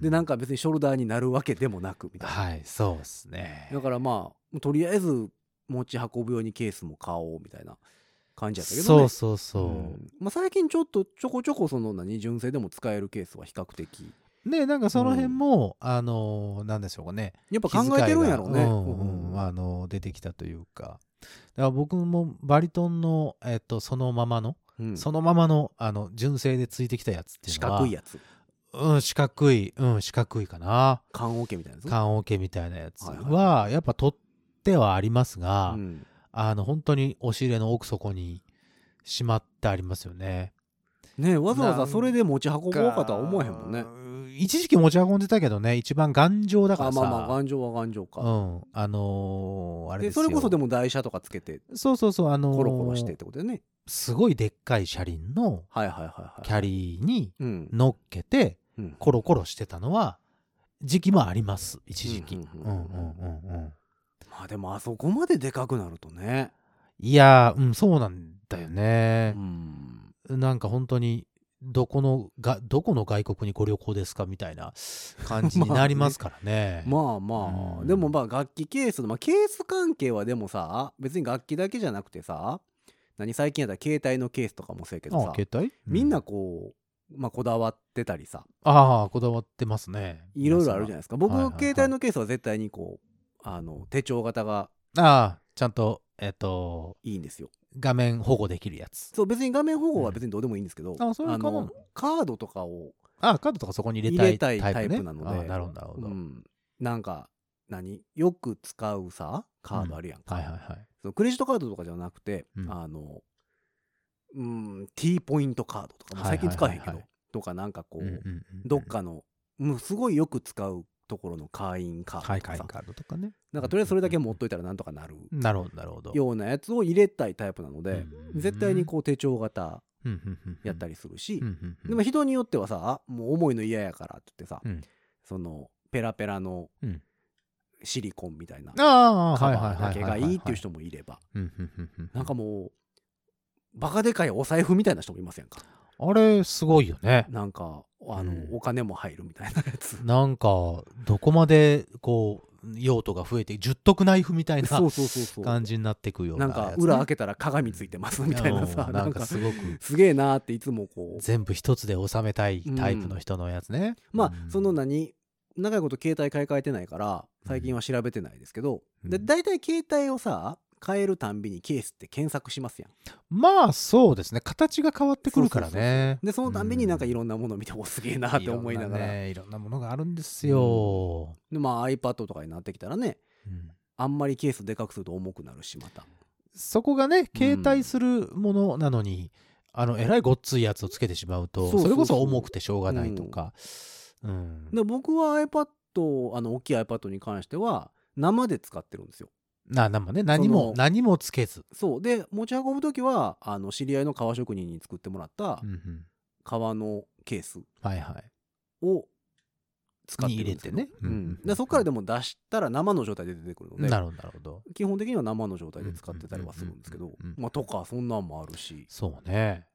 Speaker 2: でなん
Speaker 3: か、
Speaker 2: か別にショルダーになるわけでもなくみたいな、
Speaker 3: はい、そうですね。
Speaker 2: だからまあとりあえず持ち運ぶようにケースも買おうみたいな感じやったけど
Speaker 3: そ
Speaker 2: ね
Speaker 3: うそうそう。
Speaker 2: んまあ、最近ちょっとちょこちょこその何純正でも使えるケースは比較的
Speaker 3: ねなんかその辺も、あのー、なんでしょうかね。
Speaker 2: やっぱ考えてるんやろうね
Speaker 3: 気遣いがうんうん
Speaker 2: うん
Speaker 3: あのー出てきたというか。だから僕もバリトンの、えっと、そのままの、
Speaker 2: うん
Speaker 3: そのままの、あの、純正でついてきたやつってい
Speaker 2: 四
Speaker 3: うのは。
Speaker 2: 角いやつ
Speaker 3: うん、四角い、うん、四角いかな。
Speaker 2: 缶オケみたいなやつ
Speaker 3: 缶オケみたいなやつは、
Speaker 2: はいは
Speaker 3: やっぱ取ってはありますが、
Speaker 2: うん
Speaker 3: あの、本当に押し入れの奥底にしまってありますよね。
Speaker 2: ねわざわざそれで持ち運ぼう
Speaker 3: 僕
Speaker 2: かとは思えへんもんね
Speaker 3: ね。一時期持ち運んでたけどね、一番頑丈だか
Speaker 2: あ
Speaker 3: らさ。
Speaker 2: まあまあ頑丈は頑丈か、
Speaker 3: うん。あのーあれ
Speaker 2: で
Speaker 3: です
Speaker 2: そ
Speaker 3: よ
Speaker 2: れこそでも台車とかつけて
Speaker 3: そうそうそう、あのー
Speaker 2: コロコロしてってことだよね、
Speaker 3: すごいでっかい車輪の
Speaker 2: はいはいはい
Speaker 3: キ
Speaker 2: はい
Speaker 3: ャリーに
Speaker 2: うん
Speaker 3: 乗っけて、
Speaker 2: うん
Speaker 3: コロコロしてたのは、時期もあります、一時期。
Speaker 2: うんう
Speaker 3: うんうん
Speaker 2: うんう
Speaker 3: ん
Speaker 2: ん
Speaker 3: うんうん。
Speaker 2: まあでもあそこまででかくなるとね
Speaker 3: いやー、うん、そうなんだよね
Speaker 2: う。ん
Speaker 3: なんか本当に、どこのが、どこの外国にご旅行ですかみたいな感 じになりますからね。
Speaker 2: まあまあ、
Speaker 3: うん
Speaker 2: でもまあ楽器ケースの、まあ、ケース関係はでもさ別に楽器だけじゃなくてさ何最近やったら携帯のケースとかもそうやけど
Speaker 3: あ
Speaker 2: さ
Speaker 3: 携帯
Speaker 2: みん
Speaker 3: う
Speaker 2: なこう、まあ、こだわってたりさ
Speaker 3: ああ、こだわってますね。
Speaker 2: いろいろあるじゃない
Speaker 3: ゃ
Speaker 2: ですか僕、
Speaker 3: はいはいはい
Speaker 2: 携帯のケースは絶対にこうあの手帳型が
Speaker 3: ないああ、ちゃんと、えっ、と、
Speaker 2: いいんですよ
Speaker 3: 画面保護できるやつ。
Speaker 2: そう別に画面保護は別にどうでもいいんですけど、
Speaker 3: あそれは構わん
Speaker 2: のカードとかを、
Speaker 3: ああ、カードとかそこに入れたい
Speaker 2: 入れたい
Speaker 3: タイプ、ね、
Speaker 2: タイプなので
Speaker 3: ああなるほど、なるほ
Speaker 2: う
Speaker 3: ど。
Speaker 2: ん、なんか何よく使うさカードあるやんか、
Speaker 3: はいはいはい。
Speaker 2: そのクレジットカードとかじゃなくて、
Speaker 3: うん
Speaker 2: あのうん T ポイントカードとかも最近使わへんけど、
Speaker 3: はいはいはいはい
Speaker 2: とかなんかこう、
Speaker 3: うんうんうんうん
Speaker 2: どっかのもうすごいよく使うところの会員カードとかさ
Speaker 3: はい会員カードとかね。
Speaker 2: なんかとりあえずそれだけ持っといたらなんとかなる
Speaker 3: なるほどなるほど。
Speaker 2: ようなやつを入れたいタイプなので、
Speaker 3: うん
Speaker 2: 絶対にこう手帳型
Speaker 3: うんうんうん
Speaker 2: やったりするし、
Speaker 3: うんうんうん
Speaker 2: でも人によってはさあもう重いの嫌やからって言ってさ、
Speaker 3: うん
Speaker 2: そのペラペラの
Speaker 3: うん
Speaker 2: シリコンみたいな
Speaker 3: ああ
Speaker 2: カ
Speaker 3: はいはいは
Speaker 2: バーだけがいいっていう人
Speaker 3: も。
Speaker 2: もいれば
Speaker 3: うんうんうんうん
Speaker 2: なんかもうバカでかいお財布みたいな人もいませんか
Speaker 3: あれすごいよね。
Speaker 2: なんかあの、
Speaker 3: うん
Speaker 2: お金も入るみたいなや つ
Speaker 3: なんかどこまでこう用途が増えて十徳ナイフみたいな
Speaker 2: そうそうそうそう
Speaker 3: 感じになってくよう
Speaker 2: な
Speaker 3: なや
Speaker 2: ん
Speaker 3: つね、
Speaker 2: か裏開けたら鏡ついてますみたいなさ
Speaker 3: うん
Speaker 2: な
Speaker 3: なんん
Speaker 2: か
Speaker 3: かすごく
Speaker 2: すげえなーっていつもこう
Speaker 3: 全部一つで収めたいタイプの人のやつね。
Speaker 2: まあ
Speaker 3: うん
Speaker 2: その何長いこと携帯買い替えてないから最近は調べてないですけど、
Speaker 3: うん
Speaker 2: で大体携帯をさ変えるたんびにケースって検索しますやん
Speaker 3: まあそうですね形が変わってくるからね。
Speaker 2: でそのたんびになんかい
Speaker 3: ろ
Speaker 2: ろんなもの見ておすげえなって思いながら
Speaker 3: いろんねいろんなものがあるんですよ。
Speaker 2: でまあ iPad とかになってきたらね
Speaker 3: うん
Speaker 2: あんまりケースでかくすると重くなるしまた
Speaker 3: そこがね携帯するものなのに、あのえらいごっついやつをつけてしまうと
Speaker 2: そう
Speaker 3: そ
Speaker 2: そうそう
Speaker 3: れこそ重くてしょうがないとか、うん
Speaker 2: で僕は iPad あの大きい iPad に関しては生で使ってるんですよ
Speaker 3: ななんもね何も
Speaker 2: その
Speaker 3: 何もつけず、
Speaker 2: そうで持ち運ぶ時はあの知り合いの革職人に作ってもらった
Speaker 3: うんうん
Speaker 2: 革のケース
Speaker 3: はいはい
Speaker 2: を使ってるんですけど
Speaker 3: に入れてね
Speaker 2: う
Speaker 3: うん
Speaker 2: ん、でそこからでも出したら生の状態で出てくるの
Speaker 3: な
Speaker 2: で
Speaker 3: るほどなるほど
Speaker 2: 基本的には生の状態で使ってたりはするんですけ
Speaker 3: うん
Speaker 2: ど
Speaker 3: うんうんうんうん
Speaker 2: まあとかそんなんもあるし
Speaker 3: そうね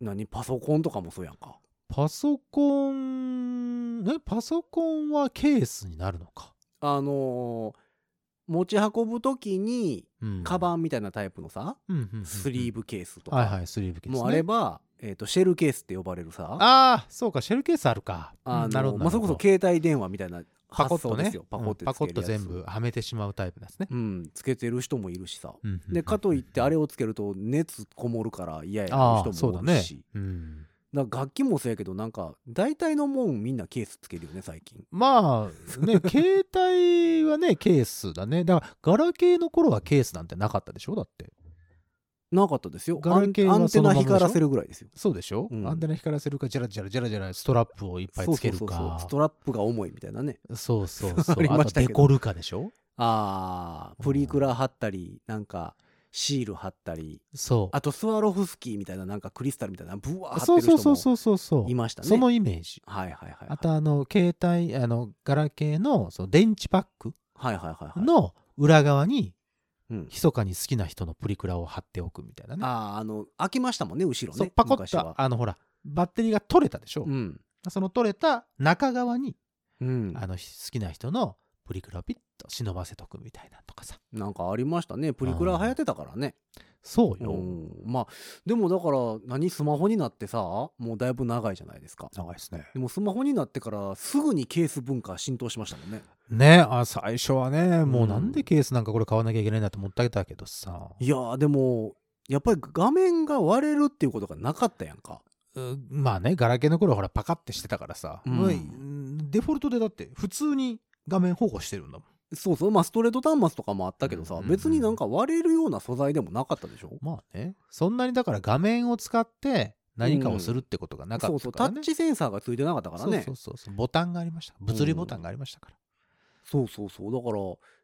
Speaker 2: 何パソコンとかもそうやんか
Speaker 3: パソコンえパソコンはケースになるのか、
Speaker 2: あのー持ち運ぶ時に
Speaker 3: うん
Speaker 2: カバンみたいなタイプのさ、
Speaker 3: うんうんうんうん
Speaker 2: スリーブケースとか、
Speaker 3: はいはいスリーブケース、ね、
Speaker 2: もうあれば、えー、とシェルケースって呼ばれるさ
Speaker 3: ああそうかシェルケースあるか
Speaker 2: あ
Speaker 3: う
Speaker 2: の
Speaker 3: んなるほど
Speaker 2: まあ、それこそ携帯電話みたいな
Speaker 3: パコ
Speaker 2: 発
Speaker 3: ッと
Speaker 2: 想
Speaker 3: ね
Speaker 2: ですよパコ
Speaker 3: う
Speaker 2: っ
Speaker 3: ん
Speaker 2: て
Speaker 3: パコッと
Speaker 2: つけるやつ
Speaker 3: 全部はめてしまうタイプですね、
Speaker 2: うんつけてる人もいるしさ
Speaker 3: うんうんうん
Speaker 2: でかといってあれをつけると熱こもるから嫌や
Speaker 3: あ
Speaker 2: な
Speaker 3: あ
Speaker 2: 人
Speaker 3: そう
Speaker 2: も
Speaker 3: だ
Speaker 2: 多い
Speaker 3: ね
Speaker 2: し、
Speaker 3: うん、
Speaker 2: だから楽器もそうやけどなんか大体のもんみんなケースつけるよね最近
Speaker 3: まあ ね携帯はねケースだねだからガラケーの頃はケースなんてなかったでしょだって
Speaker 2: なかったですよ
Speaker 3: ガラケー
Speaker 2: ア
Speaker 3: は
Speaker 2: ンアンテ
Speaker 3: その
Speaker 2: ナ
Speaker 3: ままでしょ
Speaker 2: 光らせるぐらいですよ
Speaker 3: そうでしょ、
Speaker 2: うん
Speaker 3: アンテナ光らせるかジャラジャラジャラジャラストラップをいっぱいつける
Speaker 2: そうそうそう
Speaker 3: か
Speaker 2: ストラップが重いみたいなね
Speaker 3: そうそうそう
Speaker 2: ありま
Speaker 3: あ
Speaker 2: し
Speaker 3: と
Speaker 2: たけど
Speaker 3: デコるかでしょ
Speaker 2: あープリクラ貼ったりなんかシール貼ったり
Speaker 3: そう
Speaker 2: あとスワロフスキーみたいななんかクリスタルみたいなブワー貼
Speaker 3: そ
Speaker 2: っ
Speaker 3: う
Speaker 2: てる
Speaker 3: そ
Speaker 2: 人
Speaker 3: うそう
Speaker 2: も
Speaker 3: そうそうそう
Speaker 2: いましたね
Speaker 3: そのイメージ
Speaker 2: はいはいはいはい
Speaker 3: あとあの携帯あのガラケーのその電池パック
Speaker 2: はいはいはいはい
Speaker 3: の裏側に
Speaker 2: うん
Speaker 3: 密かに好きな人のプリクラを貼っておくみたいなね
Speaker 2: あああの開きましたもんね後ろ
Speaker 3: そう
Speaker 2: ね
Speaker 3: パコッ
Speaker 2: 昔
Speaker 3: と
Speaker 2: は
Speaker 3: あのほらバッテリーが取れたでしょ、
Speaker 2: うん
Speaker 3: その取れた中側に、
Speaker 2: うん
Speaker 3: あの好きな人のプリクラをピッと忍ばせとくみたいなとかさ
Speaker 2: なんかありましたねプリクラ流行ってたからね
Speaker 3: そう
Speaker 2: う
Speaker 3: よ、
Speaker 2: んまあでもだから何スマホになってさもうだいぶ長いじゃないですか
Speaker 3: 長いですね
Speaker 2: でもスマホになってからすぐにケース文化浸透しましたもんね
Speaker 3: ねあ最初はねもううんなんでケースなんかこれ買わなきゃいけないんだと思ってあげたけどさ、
Speaker 2: いやーでもやっぱり画面が割れるっていうことがなかったやんか
Speaker 3: うんまあねガラケーの頃はほらパカってしてたからさ、
Speaker 2: うん
Speaker 3: まあうんデフォルトでだって普通に画面保護してるんだもん
Speaker 2: そうそうまあストレート端末とかもあったけどさ、
Speaker 3: うんうんうん
Speaker 2: 別になんか割れるような素材でもなかったでしょ
Speaker 3: まあねそんなにだから画面を使って何かをするってことがなか
Speaker 2: そう
Speaker 3: っ
Speaker 2: そ
Speaker 3: た
Speaker 2: うタ
Speaker 3: からね、
Speaker 2: ッチセンサーがついてなかったからね
Speaker 3: そうそうそうそうボタンがありました物理ボタンがありましたから、
Speaker 2: そうそうそうだから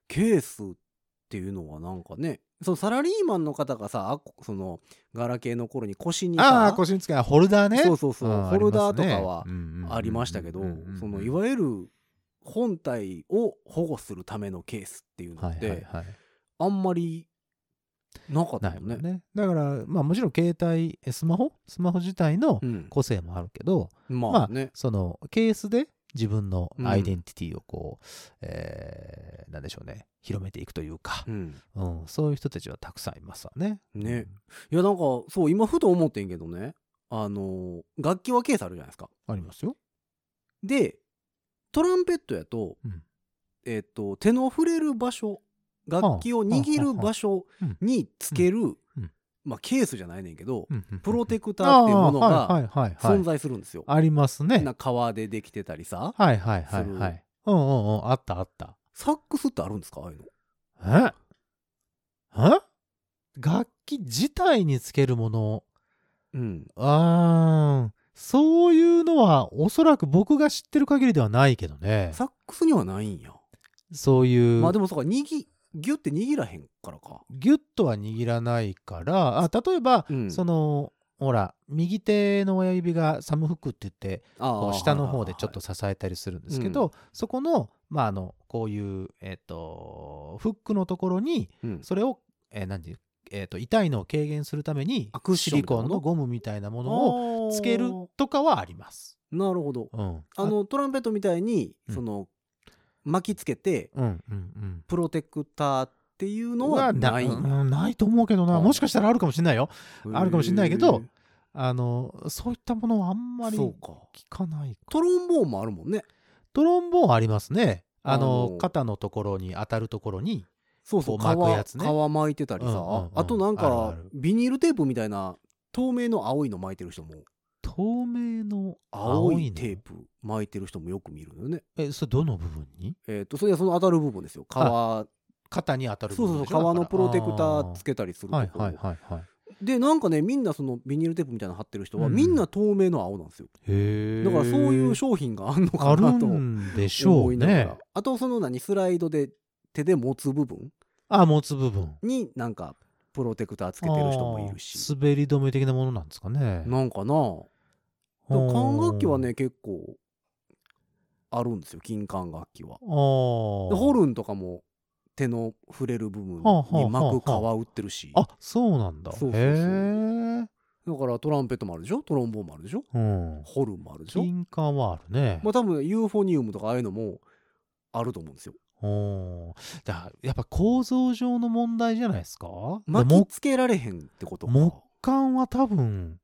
Speaker 2: ケースっていうのはなんかねそのサラリーマンの方がさあこそのガラケーの頃に腰にさ
Speaker 3: ああ腰につけないホルダーね
Speaker 2: そうそうそう
Speaker 3: あー
Speaker 2: ホルダー
Speaker 3: ありますね
Speaker 2: とかは
Speaker 3: うんうんうん
Speaker 2: ありましたけど
Speaker 3: うんうんうん
Speaker 2: そのいわゆる本体を保護するためのケースっていうの
Speaker 3: は
Speaker 2: っ
Speaker 3: いはい
Speaker 2: て
Speaker 3: はい
Speaker 2: あんまりなかった
Speaker 3: な
Speaker 2: よ
Speaker 3: いも
Speaker 2: ね
Speaker 3: ん。ねだからまあもちろん携帯えスマホスマホ自体の
Speaker 2: うん
Speaker 3: 個性もあるけど、
Speaker 2: ま
Speaker 3: ま
Speaker 2: あ
Speaker 3: あ
Speaker 2: ね、
Speaker 3: そのケースで自分の
Speaker 2: うん
Speaker 3: アイデンティティをこう、えーなんでしょうね広めていくというか
Speaker 2: う、ん、
Speaker 3: うんそういう人たちはたくさんいますわね
Speaker 2: ねいやなんかそう今ふと思ってんけどねあの楽器はケースあるじゃないですか。
Speaker 3: ありますよ
Speaker 2: でトランペットやと,、
Speaker 3: うん
Speaker 2: えっと手の触れる場所楽器を握る場所
Speaker 3: うん
Speaker 2: につける、
Speaker 3: うん
Speaker 2: まあ、ケースじゃないねんけど、プロテ
Speaker 3: ク
Speaker 2: クターっていうもの
Speaker 3: は
Speaker 2: が
Speaker 3: いはいはいはい
Speaker 2: 存在するんですよ。
Speaker 3: ありますね
Speaker 2: な革でできてたりさ
Speaker 3: はいはいはい
Speaker 2: する
Speaker 3: はいうんうんうんあったあった
Speaker 2: サックスってあるんですかああいうの。
Speaker 3: ええ楽器自体につけるもの
Speaker 2: うん。
Speaker 3: あーそういうのはおそらく僕が知ってる限りではないけどね
Speaker 2: サックスにはないんや。
Speaker 3: そういう、
Speaker 2: まあでもそうか、握、ギュって握らへんからか。
Speaker 3: ギュッとは握らないからあ例えば、
Speaker 2: うん
Speaker 3: そのほら右手の親指がサムフックって言ってこ
Speaker 2: あ
Speaker 3: う
Speaker 2: あ
Speaker 3: 下の方でちょっと。支えたりするんですけど、そこの,、まあ、あのこういう、えっとフックのところに
Speaker 2: はいはいはいうん
Speaker 3: それを、えー何て言うえっと痛いのを軽減するために
Speaker 2: アクシ
Speaker 3: シ
Speaker 2: ョンみ
Speaker 3: リ
Speaker 2: たいな
Speaker 3: コ
Speaker 2: の
Speaker 3: ンのゴムみたいなものをつける
Speaker 2: あー
Speaker 3: とかはあります。
Speaker 2: なるほど。
Speaker 3: うん、
Speaker 2: あのトランペットみたいに、
Speaker 3: うん
Speaker 2: その巻きつけて
Speaker 3: うんうんうん
Speaker 2: プロテクターっていうの
Speaker 3: は
Speaker 2: は
Speaker 3: な
Speaker 2: ないんや
Speaker 3: うんないと思うけどな
Speaker 2: あー
Speaker 3: もしかしたらあるかもしれないよあるかもしれないけ
Speaker 2: へ
Speaker 3: ど
Speaker 2: え
Speaker 3: あのそういったものはあんまり
Speaker 2: そう
Speaker 3: 聞
Speaker 2: か
Speaker 3: かない
Speaker 2: トロンボーンもあるもんね
Speaker 3: トロンボーンありますねあ
Speaker 2: あ
Speaker 3: の
Speaker 2: の
Speaker 3: 肩のところに当たるところに
Speaker 2: そうそう皮
Speaker 3: こう巻くやつね
Speaker 2: 皮巻いてたりさ、
Speaker 3: うんうんうん
Speaker 2: あとなんか
Speaker 3: あるある
Speaker 2: ビニールテープみたいな透明の青いの巻いてる人も
Speaker 3: 透明の青
Speaker 2: 青
Speaker 3: い
Speaker 2: い
Speaker 3: の
Speaker 2: テープ巻いてる人もよく見るのよね
Speaker 3: えそれどの部分に
Speaker 2: えっ、とそれはその当たる部分ですよ皮
Speaker 3: 肩に当たる
Speaker 2: そう
Speaker 3: 部
Speaker 2: そうそ
Speaker 3: 分
Speaker 2: う皮
Speaker 3: でしょだから
Speaker 2: のプロテクターつ
Speaker 3: あ
Speaker 2: けたりする
Speaker 3: ー
Speaker 2: とこ
Speaker 3: は
Speaker 2: ろ
Speaker 3: いはいはいはい
Speaker 2: でなんかねみんなそのビニールテープみたいなの貼ってる人は、
Speaker 3: うんうん
Speaker 2: みんな透明の青なんですよ
Speaker 3: へえ
Speaker 2: だからそういう商品があるの
Speaker 3: あ
Speaker 2: か
Speaker 3: る
Speaker 2: なと
Speaker 3: んでしょ
Speaker 2: 思
Speaker 3: う
Speaker 2: いながら、
Speaker 3: ね
Speaker 2: あとその何スライドで手で持つ部分
Speaker 3: あ持つ部分
Speaker 2: になんかプロテクターつけてる人もいるし
Speaker 3: あー滑り止め的なものなんですかね
Speaker 2: なんかなだから管楽器はね結構あるんですよ金管楽器は
Speaker 3: あー
Speaker 2: でホルンとかも手の触れる部分に巻く皮売ってるし
Speaker 3: あそうなんだ
Speaker 2: そうそうそう
Speaker 3: へえ
Speaker 2: だからトランペットもあるでしょトロンボーンもあるでしょ
Speaker 3: うん
Speaker 2: ホルンもあるでしょ
Speaker 3: 金管はあるね
Speaker 2: まあ多分ユーフォニウムとかああいうのもあると思うんですよ
Speaker 3: おーだやっぱ構造上の問題じゃないですか
Speaker 2: 巻き
Speaker 3: 木
Speaker 2: つけられへんってことか
Speaker 3: 木管は多分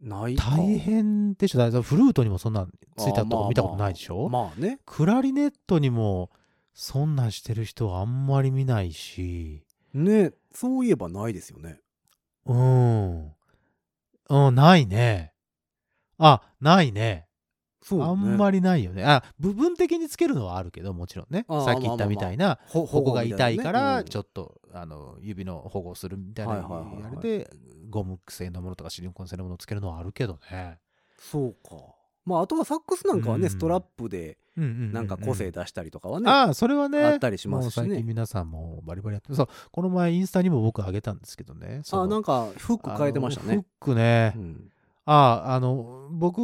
Speaker 2: ないか
Speaker 3: 大変でしょだからフルートにもそんなんつい
Speaker 2: あー
Speaker 3: たと
Speaker 2: ま
Speaker 3: こ
Speaker 2: あ
Speaker 3: 見たことないでしょ、
Speaker 2: まあね
Speaker 3: クラリネットにもそんなんしてる人はあんまり見ないし
Speaker 2: ねそういえばないですよね
Speaker 3: うんうんないねあないね
Speaker 2: そうね
Speaker 3: あんまりないよねあ部分的につけるのはあるけどもちろんね
Speaker 2: あー
Speaker 3: さっき言ったみたいな
Speaker 2: ほ
Speaker 3: ここが痛いからち
Speaker 2: ょっ
Speaker 3: ょっとあの指の保護をするみたいな
Speaker 2: はいはいはいはい
Speaker 3: あれでゴム製のものとかシリコン製のものをつけるのはあるけどね。
Speaker 2: そうかまああとはサックスなんかはね、
Speaker 3: うん
Speaker 2: ストラップで
Speaker 3: うんうんうう
Speaker 2: なんか個性出したりとかはね、
Speaker 3: ああそれはね
Speaker 2: あったりしますしね
Speaker 3: もう最近皆さんもバリバリやってるそうこの前インスタにも僕あげたんですけどね
Speaker 2: あなん
Speaker 3: か
Speaker 2: かフック変えてました
Speaker 3: フ
Speaker 2: ね
Speaker 3: ックね、
Speaker 2: うん
Speaker 3: あああの僕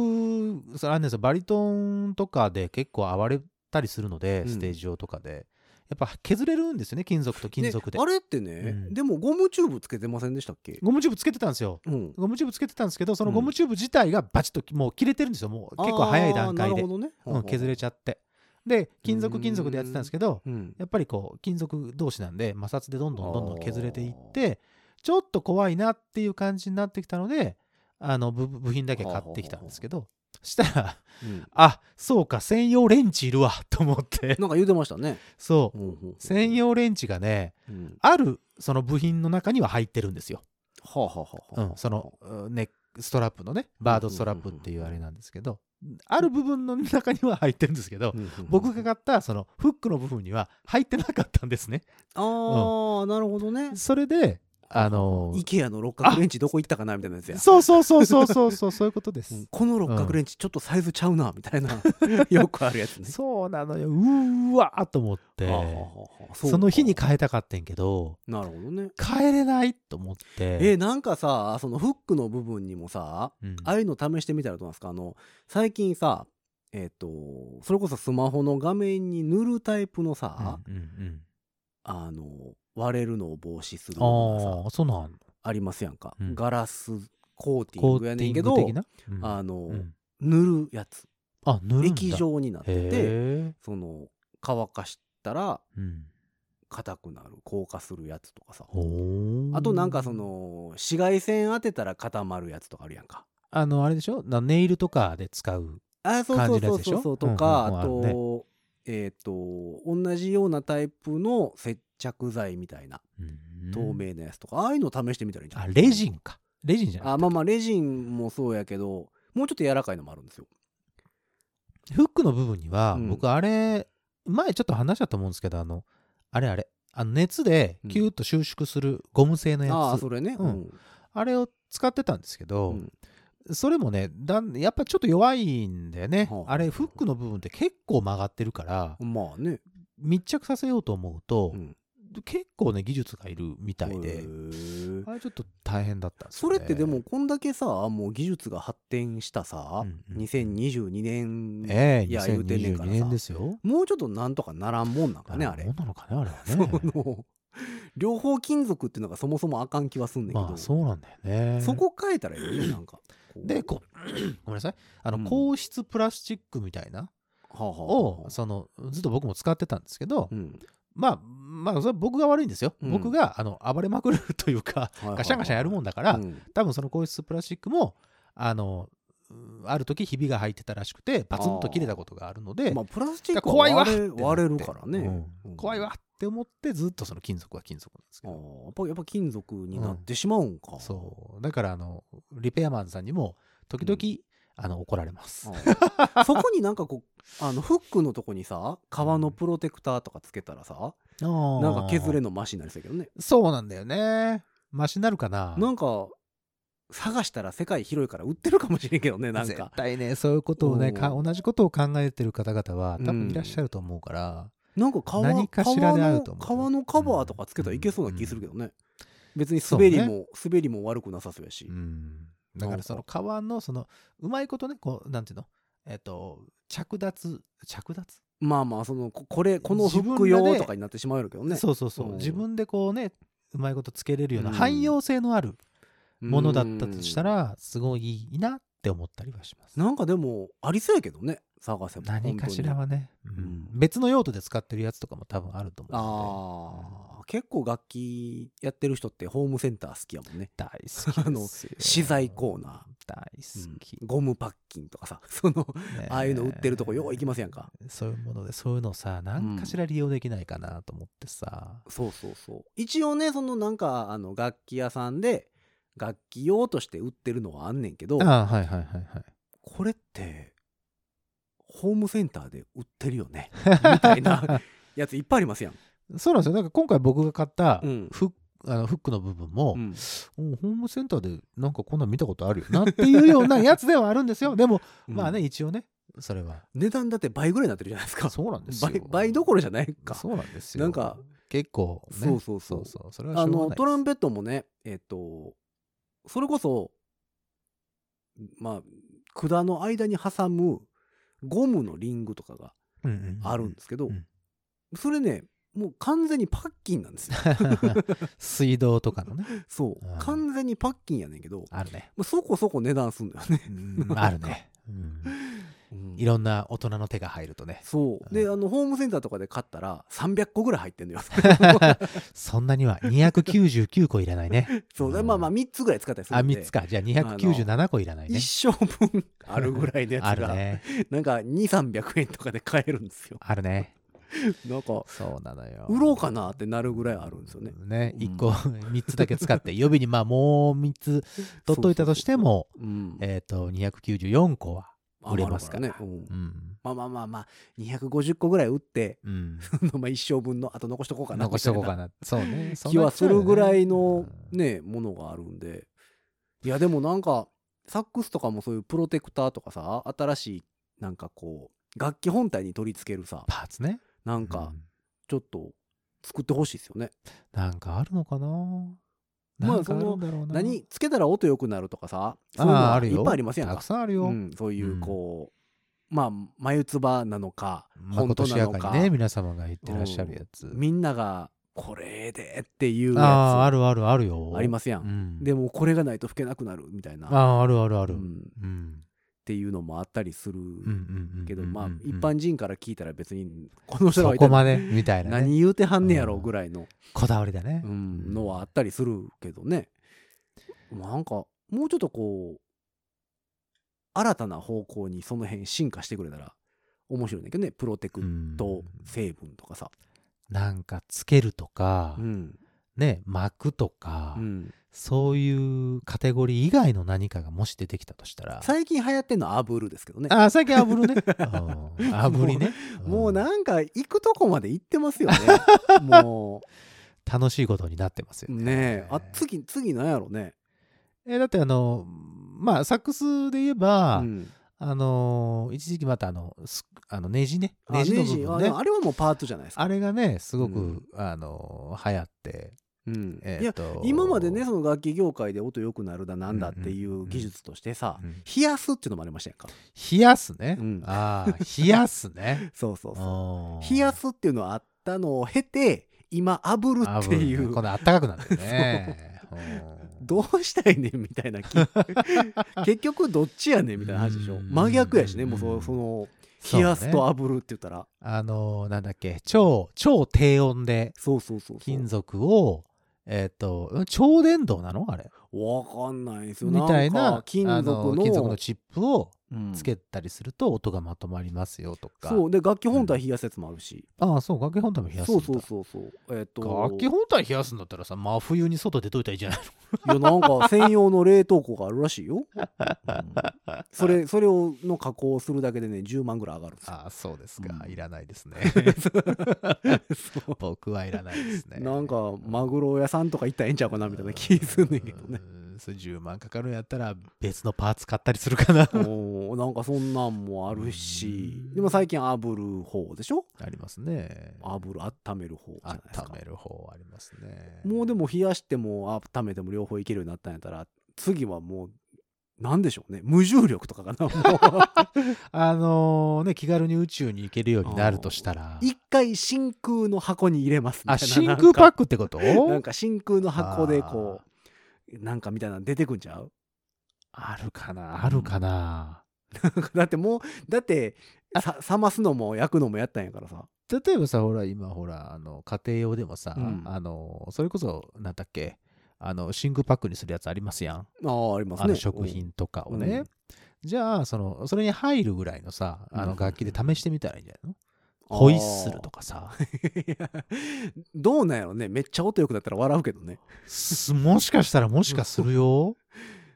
Speaker 3: それあれなんですよバリトンとかで結構暴れたりするので、
Speaker 2: うん
Speaker 3: ステージ上とかでやっぱ削れるんですよね金属と金属で
Speaker 2: ねあれってね、
Speaker 3: うん
Speaker 2: でもゴムチューブつけてませんでしたっけ
Speaker 3: ゴムチューブつけてたんですよ
Speaker 2: うん
Speaker 3: ゴムチューブつけてたんですけどその
Speaker 2: うん
Speaker 3: ゴムチューブ自体がバチッともう切れてるんですよもう結構早い段階
Speaker 2: あーな
Speaker 3: で
Speaker 2: る、ほどね、
Speaker 3: うん、削れ
Speaker 2: ち
Speaker 3: ちゃってで金属金属でやってたんですけど
Speaker 2: ゃうん
Speaker 3: やっぱりこう金属同士なんで摩擦でどんどんどんどん削れていってちょっと怖いなっていう感じになってきたのであの部部品だけ買ってきたんですけどしたら
Speaker 2: うん
Speaker 3: あそうか専用レンチいるわと思って
Speaker 2: なんか言うてましたね、
Speaker 3: そう
Speaker 2: うんうんうん
Speaker 3: 専、用レンチがね
Speaker 2: うん
Speaker 3: あるその部品の中には入ってるんですよ
Speaker 2: はあはあはあ
Speaker 3: う
Speaker 2: はあ
Speaker 3: ん、そのうんネックストラップのねバードストラップっていうあれなんですけどある部分の中には入ってるんですけど
Speaker 2: うんうんうん
Speaker 3: 僕が買ったそのフックの部分には入ってなかったんですね
Speaker 2: ああ、なるほどね
Speaker 3: それであの
Speaker 2: IKEA の六角レンチどこ行ったかなみたいなやつや
Speaker 3: そうそうそうそうそうそうそういうことで
Speaker 2: うん
Speaker 3: す
Speaker 2: この六角レンチちょっとサイズちゃうなみたいな よくあるやつね。
Speaker 3: そうなのようーわーと思って
Speaker 2: ああああああうか
Speaker 3: その日に変えたかってんけど
Speaker 2: なるほどね。
Speaker 3: 変えれないと思って
Speaker 2: えなんかさそのフックの部分にもさ
Speaker 3: うん
Speaker 2: ああいうの試してみたらどうなんですかあの最近さえっ、とそれこそスマホの画面に塗るタイプのさ、
Speaker 3: うんうんうん
Speaker 2: あの割れるのを防止するのがさ
Speaker 3: ああそうなん
Speaker 2: ありますやんか、
Speaker 3: うん
Speaker 2: ガラスコーティ
Speaker 3: コ
Speaker 2: ングや
Speaker 3: ーテ
Speaker 2: ね
Speaker 3: ィ
Speaker 2: ん
Speaker 3: ン
Speaker 2: け
Speaker 3: グ
Speaker 2: ど
Speaker 3: 的なうん
Speaker 2: あの、
Speaker 3: うん
Speaker 2: 塗るやつ
Speaker 3: あ塗るんだ
Speaker 2: 液状になってて
Speaker 3: へえ
Speaker 2: その乾かしたら
Speaker 3: うん
Speaker 2: 硬くなる硬化するやつとかさ
Speaker 3: ほー
Speaker 2: あとなんかその紫外線当てたら固まるやつとかあるやんか
Speaker 3: あのあれでしょなネイルとかで使う
Speaker 2: あそうそうそうそうそうとかあ
Speaker 3: 感じのやつでし
Speaker 2: とえっと同じようなタイプの接着剤みたいな透明なやつとかああいうの試してみたらいいんじゃな
Speaker 3: あ
Speaker 2: い
Speaker 3: レジンかレジンじゃない
Speaker 2: あまあまあレジンもそうやけどもうちょっと柔らかいのもあるんですよ
Speaker 3: フックの部分には
Speaker 2: うん
Speaker 3: 僕あれ前ちょっと話したと思うんですけど、あの、あれあれ、あの熱でキューッと収縮するゴム製のやつ、
Speaker 2: ああ
Speaker 3: あ
Speaker 2: それね
Speaker 3: うんれを使ってたんですけど、
Speaker 2: うん
Speaker 3: それもねだんやっぱちょっと弱いんだよね、
Speaker 2: はあ
Speaker 3: あれフックの部分って結構曲がってるから
Speaker 2: まあね
Speaker 3: 密着させようと思うと、
Speaker 2: うん
Speaker 3: 結構ね技術がいるみたい
Speaker 2: へ
Speaker 3: で
Speaker 2: え
Speaker 3: あれちょっと大変だったんです
Speaker 2: そ
Speaker 3: よね
Speaker 2: れってでもこんだけさもう技術が発展したさ、
Speaker 3: うんうん
Speaker 2: 2022年、
Speaker 3: ええ
Speaker 2: いや言うてんねんから
Speaker 3: 2022
Speaker 2: さ
Speaker 3: 年ですよ
Speaker 2: もうちょっとなんとかならんもんなんかねあれ
Speaker 3: そうなのかねあれは
Speaker 2: そ
Speaker 3: ね
Speaker 2: の両方金属っていうのがそもそもあかん気はすんねんけど、
Speaker 3: まあそうなんだよね
Speaker 2: そこ変えたらいいよねなんかこう
Speaker 3: でこ ごめんなさいあの、
Speaker 2: うん
Speaker 3: 硬質プラスチックみたいな
Speaker 2: はあはあ
Speaker 3: を
Speaker 2: はあ
Speaker 3: そのずっと僕も使ってたんですけど、
Speaker 2: うん
Speaker 3: まあまあそれは僕が悪いんですよ、
Speaker 2: うん
Speaker 3: 僕があの暴れまくるとい うか
Speaker 2: はいはいはい
Speaker 3: ガシャンガシャンやるもんだから、
Speaker 2: うん
Speaker 3: 多分その硬質プラスチックもあのうんある時ひびが入ってたらしくてバツンと切れたことがあるので、
Speaker 2: まあプラスチッ
Speaker 3: だ
Speaker 2: ク
Speaker 3: から怖いわ
Speaker 2: は割れ
Speaker 3: ってなって
Speaker 2: 割れるからね、
Speaker 3: う
Speaker 2: うんん
Speaker 3: 怖いわって思ってずっとその金属は金属なんですけ
Speaker 2: ああ
Speaker 3: ど
Speaker 2: やっぱやっぱ金属になってしまうんか、
Speaker 3: そうだからあのリペアマンさんにも時々、あの怒られます。
Speaker 2: ああそこになんかこうあのフックのとこにさ革のプロテクターとかつけたらさな
Speaker 3: なん
Speaker 2: か削れのマシになりそうやけどね
Speaker 3: そうなんだよね。マシになるかな
Speaker 2: なんか探したら世界広いから売ってるかもしれんけどね なん
Speaker 3: 絶
Speaker 2: か
Speaker 3: 対ねそういうことをねか
Speaker 2: うん
Speaker 3: 同じことを考えてる方々は多
Speaker 2: う
Speaker 3: 分
Speaker 2: ん
Speaker 3: いらっしゃると思うから、
Speaker 2: なんか革
Speaker 3: 何かしらであると思う
Speaker 2: 革の革のカバーとかつけたらいけそうな気するけどね、別に滑りも、
Speaker 3: そう
Speaker 2: 滑りも悪くなさそうやし、
Speaker 3: うんだからその革のそのうまいことねこうなんていうのえっと着脱着脱、
Speaker 2: まあまあそのここれこのフック
Speaker 3: 自分ら
Speaker 2: 用
Speaker 3: で
Speaker 2: とかになってしまうやろけどね
Speaker 3: そうそうそう、
Speaker 2: うん
Speaker 3: 自分でこうねうまいことつけれるような
Speaker 2: うん
Speaker 3: 汎用性のあるものだったとした
Speaker 2: うん
Speaker 3: らすごいいいなって思ったりはします。
Speaker 2: なんかでもありそうやけどね探せば
Speaker 3: 何かしらはね、うん
Speaker 2: うん
Speaker 3: 別の用途で使ってるやつとかも多分あると思うので。
Speaker 2: ああ、結構楽器やってる人ってホームセンター好きやもんね。
Speaker 3: 大好き
Speaker 2: あの
Speaker 3: ですよ
Speaker 2: 資材コーナ
Speaker 3: 大好き、
Speaker 2: うんゴムパッキンとかさ、 その、
Speaker 3: ね
Speaker 2: ああいうの売ってるとこよう行きますやんか。
Speaker 3: そういうものでそういうのさ何かしら利用できないかなと思ってさ、
Speaker 2: そうそうそう。一応ね、そのなんか、あの、楽器屋さんで、楽器用として売ってるのはあんねんけど、
Speaker 3: ああはいはいはいはい
Speaker 2: これって、ホームセンターで売ってるよね。 みたい なやついっぱいありますやん。
Speaker 3: そうなんですよだから今回僕が買った
Speaker 2: うん
Speaker 3: フッ,、あのフックの部分も、
Speaker 2: うん
Speaker 3: うんホームセンターでなんかこんなん見たことあるよなっていうようなやつではあるんですよでも、まあね
Speaker 2: うん
Speaker 3: 一応ねそれは
Speaker 2: 値段だって倍ぐらいになってるじゃないですか。
Speaker 3: そうなんですよ
Speaker 2: 倍倍どころじゃないか。
Speaker 3: そうなんですよ
Speaker 2: なんか
Speaker 3: 結構ね
Speaker 2: そうそうそう
Speaker 3: そうそれはしょ
Speaker 2: あ
Speaker 3: うがない
Speaker 2: の
Speaker 3: です
Speaker 2: トランペットもねえっ、とそれこそまあ管の間に挟むゴムのリングとかが
Speaker 3: うんうんうん
Speaker 2: あるんですけど、
Speaker 3: うん
Speaker 2: それねもう完全にパッキンなん ですよ
Speaker 3: 水道とかのね
Speaker 2: そう
Speaker 3: あー
Speaker 2: 完全にパッキンやねんけど
Speaker 3: あるね
Speaker 2: まあそこそこ値段すんだよね、
Speaker 3: うんあるね、うんいろんな大人の手が入ると ね
Speaker 2: そうであのホームセンターとかで買ったら300個ぐらい入ってんの よ
Speaker 3: そんなには299個いらないね
Speaker 2: そうでまあまあ3つぐらい使ったりす
Speaker 3: あ
Speaker 2: るんで
Speaker 3: 3つかじゃあ297個いらないね
Speaker 2: 一生分あるぐらいのやつ
Speaker 3: ある
Speaker 2: が、
Speaker 3: ね
Speaker 2: なんか2300円とかで買えるんですよ
Speaker 3: あるね
Speaker 2: なんか
Speaker 3: そう なのよ
Speaker 2: 売ろうかなってなるぐらいあるんですよね。
Speaker 3: ね
Speaker 2: うん
Speaker 3: 1個3つだけ使って予備にまあもう3つ取っといたとしても
Speaker 2: うん、
Speaker 3: えっと294個は
Speaker 2: あ
Speaker 3: 売れますから
Speaker 2: まあまあねうん
Speaker 3: うん
Speaker 2: まあまあまあまあ250個ぐらい売って
Speaker 3: うん
Speaker 2: まあ一生分のあと残しとこうかな
Speaker 3: 残しとこうか
Speaker 2: み
Speaker 3: なそうね
Speaker 2: たいな気はするぐらい
Speaker 3: うん
Speaker 2: のねものがあるんでいやでもなんかサックスとかもそういうプロテクターとかさ新しいなんかこう楽器本体に取り付けるさ
Speaker 3: パーツね
Speaker 2: な
Speaker 3: なん
Speaker 2: かちょっと作ってほしいですよね。
Speaker 3: なんかあるのかな
Speaker 2: まあ
Speaker 3: なんかるんだろうな
Speaker 2: 何つけたら音良くなるとかさそういうの
Speaker 3: ああ
Speaker 2: が
Speaker 3: ある
Speaker 2: いっ
Speaker 3: よ。
Speaker 2: ぱいありませんか
Speaker 3: たくさんあるよ。
Speaker 2: うん、そうい
Speaker 3: うん
Speaker 2: うこう、まあ眉唾なのか
Speaker 3: ま
Speaker 2: 本
Speaker 3: こと
Speaker 2: 当
Speaker 3: し
Speaker 2: な
Speaker 3: や
Speaker 2: の
Speaker 3: か
Speaker 2: か
Speaker 3: にね、皆様が言ってらっしゃるやつ。
Speaker 2: みんながこれでっていう
Speaker 3: ああ、あ
Speaker 2: や
Speaker 3: るあるあるよ
Speaker 2: つ。ありますや、
Speaker 3: うんん。
Speaker 2: でもこれがないと吹けなくなるみたいな、
Speaker 3: ああ、あるあるあ
Speaker 2: う
Speaker 3: る。うん。
Speaker 2: ん、っ
Speaker 3: うん
Speaker 2: ていうのもあったりする
Speaker 3: うんうんうん。
Speaker 2: けど、まあ
Speaker 3: うんうん
Speaker 2: 一般人から聞いたら別にこの人ら
Speaker 3: そ
Speaker 2: がい
Speaker 3: こ
Speaker 2: たら
Speaker 3: までみたいなね。
Speaker 2: 何言うてはんねやろうぐらいの、
Speaker 3: こだわりだね
Speaker 2: う。ん、のはあったりするけどねなんかもうちょっとこう新たな方向にその辺進化してくれたら面白いんだけどねプロテク
Speaker 3: うん
Speaker 2: と成分とかさ、
Speaker 3: なんかつけるとか
Speaker 2: う、ん
Speaker 3: ね、膜とか、
Speaker 2: うん、
Speaker 3: そういうカテゴリー以外の何かがもし出てきたとしたら。
Speaker 2: 最近流行ってんのはアブルですけどね
Speaker 3: あ、最近 炙るね。うん炙りね。
Speaker 2: もうんなんか行くとこまで行ってます よねも
Speaker 3: 楽しいことになってますよ
Speaker 2: う
Speaker 3: ね。
Speaker 2: ねえあ次次なんやろね、
Speaker 3: えだってあの、まあ、サックスで言え
Speaker 2: う
Speaker 3: ば、
Speaker 2: ん、
Speaker 3: あの、一時期またあの、すあのネジね。
Speaker 2: あ
Speaker 3: ネジの部分
Speaker 2: あ
Speaker 3: ね。
Speaker 2: でもあれはもうパートじゃないですか、
Speaker 3: あれがね、すごく、
Speaker 2: うん
Speaker 3: あの、流行って、
Speaker 2: うん
Speaker 3: え
Speaker 2: いや
Speaker 3: っと
Speaker 2: 今までねその楽器業界で音良くなるだなんだっていう技術としてさ、
Speaker 3: うん
Speaker 2: 冷やすっていうのもありましたやんか
Speaker 3: 冷やすね。
Speaker 2: うん。
Speaker 3: ああ、冷やすね
Speaker 2: そうそうそう
Speaker 3: 冷
Speaker 2: 冷やすっていうのはあったのを経て今炙るっていう
Speaker 3: このあったかくなってね。うん
Speaker 2: どうしたいねんみたい な気結局どっちやねんみたいな話でしょ
Speaker 3: うん
Speaker 2: 真逆やしねもう
Speaker 3: う
Speaker 2: そ
Speaker 3: ん
Speaker 2: その
Speaker 3: そう
Speaker 2: 冷
Speaker 3: ね
Speaker 2: やすと炙るって言ったら
Speaker 3: あのーなんだっけ超超低温で
Speaker 2: そうそうそうそう
Speaker 3: 金属をえっ、とん超電導なのあれ
Speaker 2: わかんないですよ
Speaker 3: みたい
Speaker 2: ん
Speaker 3: な
Speaker 2: か金
Speaker 3: あ
Speaker 2: 属
Speaker 3: の
Speaker 2: の
Speaker 3: ー金属のチップを
Speaker 2: うん
Speaker 3: つけたりすると音がまとまりますよとか、
Speaker 2: そうで楽器本体冷やすやつもあるし
Speaker 3: ああそう楽器本体も冷やすん
Speaker 2: そう
Speaker 3: だ
Speaker 2: そうそうそうえっと
Speaker 3: 楽器本体冷やすんだったらさ真冬に外出といたらいいじゃない
Speaker 2: いやなんか専用の冷凍庫があるら しいよ、うんそれそれをの加工をするだけでね10万ぐらい上がるんですよ
Speaker 3: ああ そうです
Speaker 2: かい
Speaker 3: らないですね
Speaker 2: そう
Speaker 3: 僕はいらないですね
Speaker 2: なんかマグロ屋さんとか行ったらええんちゃうかなみたいな気すんねんけど ね
Speaker 3: うんそれ10万かかるんやったら別のパーツ買ったりするかな
Speaker 2: おーなんかそんなんもあるし
Speaker 3: うん
Speaker 2: でも最近炙る方でしょ
Speaker 3: ありますね
Speaker 2: 炙る温める方じゃないですか
Speaker 3: 温める方ありますね
Speaker 2: もうでも冷やしても温めても両方いけるようになったんやったら次はもうなんでしょうね無重力とかかなもう
Speaker 3: あのね気軽に宇宙に行けるようになるとしたら
Speaker 2: 一回真空の箱に入れますみたいな
Speaker 3: あ真
Speaker 2: なん
Speaker 3: 空
Speaker 2: か
Speaker 3: パックってこと
Speaker 2: なんか真空の箱でこうなんかみたいなの出てくんちゃう
Speaker 3: あるかなあるかな、
Speaker 2: だってもうだってさ冷ますのも焼くのもやったんやからさ
Speaker 3: 例えばさほら今ほらあの家庭用でもさ、
Speaker 2: うん
Speaker 3: あのそれこそなんだっけあの真空パックにするやつありますやん
Speaker 2: あああります
Speaker 3: あ
Speaker 2: ね
Speaker 3: の食品とかをね、
Speaker 2: うん
Speaker 3: じゃあそのそれに入るぐらいのさあ
Speaker 2: う
Speaker 3: の
Speaker 2: ん
Speaker 3: 楽器で試してみたらいいんじゃないの、
Speaker 2: あー
Speaker 3: ホイッスルとか さ
Speaker 2: いや どうなんやろねめっちゃ音良くなったら笑うけどね
Speaker 3: すもしかしたらもしかす るよ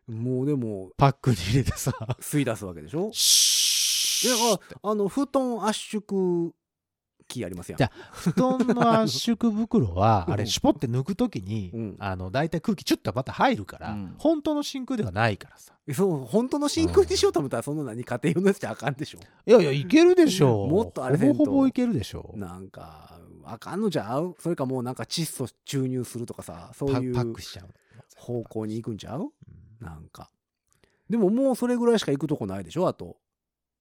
Speaker 2: もうでも
Speaker 3: パックに入れてさ
Speaker 2: 吸い出すわけでしょい
Speaker 3: シ
Speaker 2: や
Speaker 3: ュッ
Speaker 2: ああの布団圧縮機ありますやん
Speaker 3: じゃ布団の圧縮袋はあ
Speaker 2: う
Speaker 3: れ
Speaker 2: ん
Speaker 3: シュポって抜く時に、
Speaker 2: うん
Speaker 3: あの大体空気チュッとまた入るから、
Speaker 2: うん
Speaker 3: 本当の真空ではないからさ
Speaker 2: そう本当の真空にしようと思ったらそんな何家庭用のやつじゃあかんでしょ
Speaker 3: いやいやいけるでしょう
Speaker 2: もっとあれせ
Speaker 3: ほ
Speaker 2: んと
Speaker 3: ぼほぼいけるでしょう
Speaker 2: なんかあかんのじゃうそれかもうなんか窒素注入するとかさそ
Speaker 3: パ
Speaker 2: うい
Speaker 3: パッ
Speaker 2: う
Speaker 3: クしちゃう
Speaker 2: 方向に行くんちゃう
Speaker 3: うん
Speaker 2: なんかでももうそれぐらいしか行くとこないでしょあと、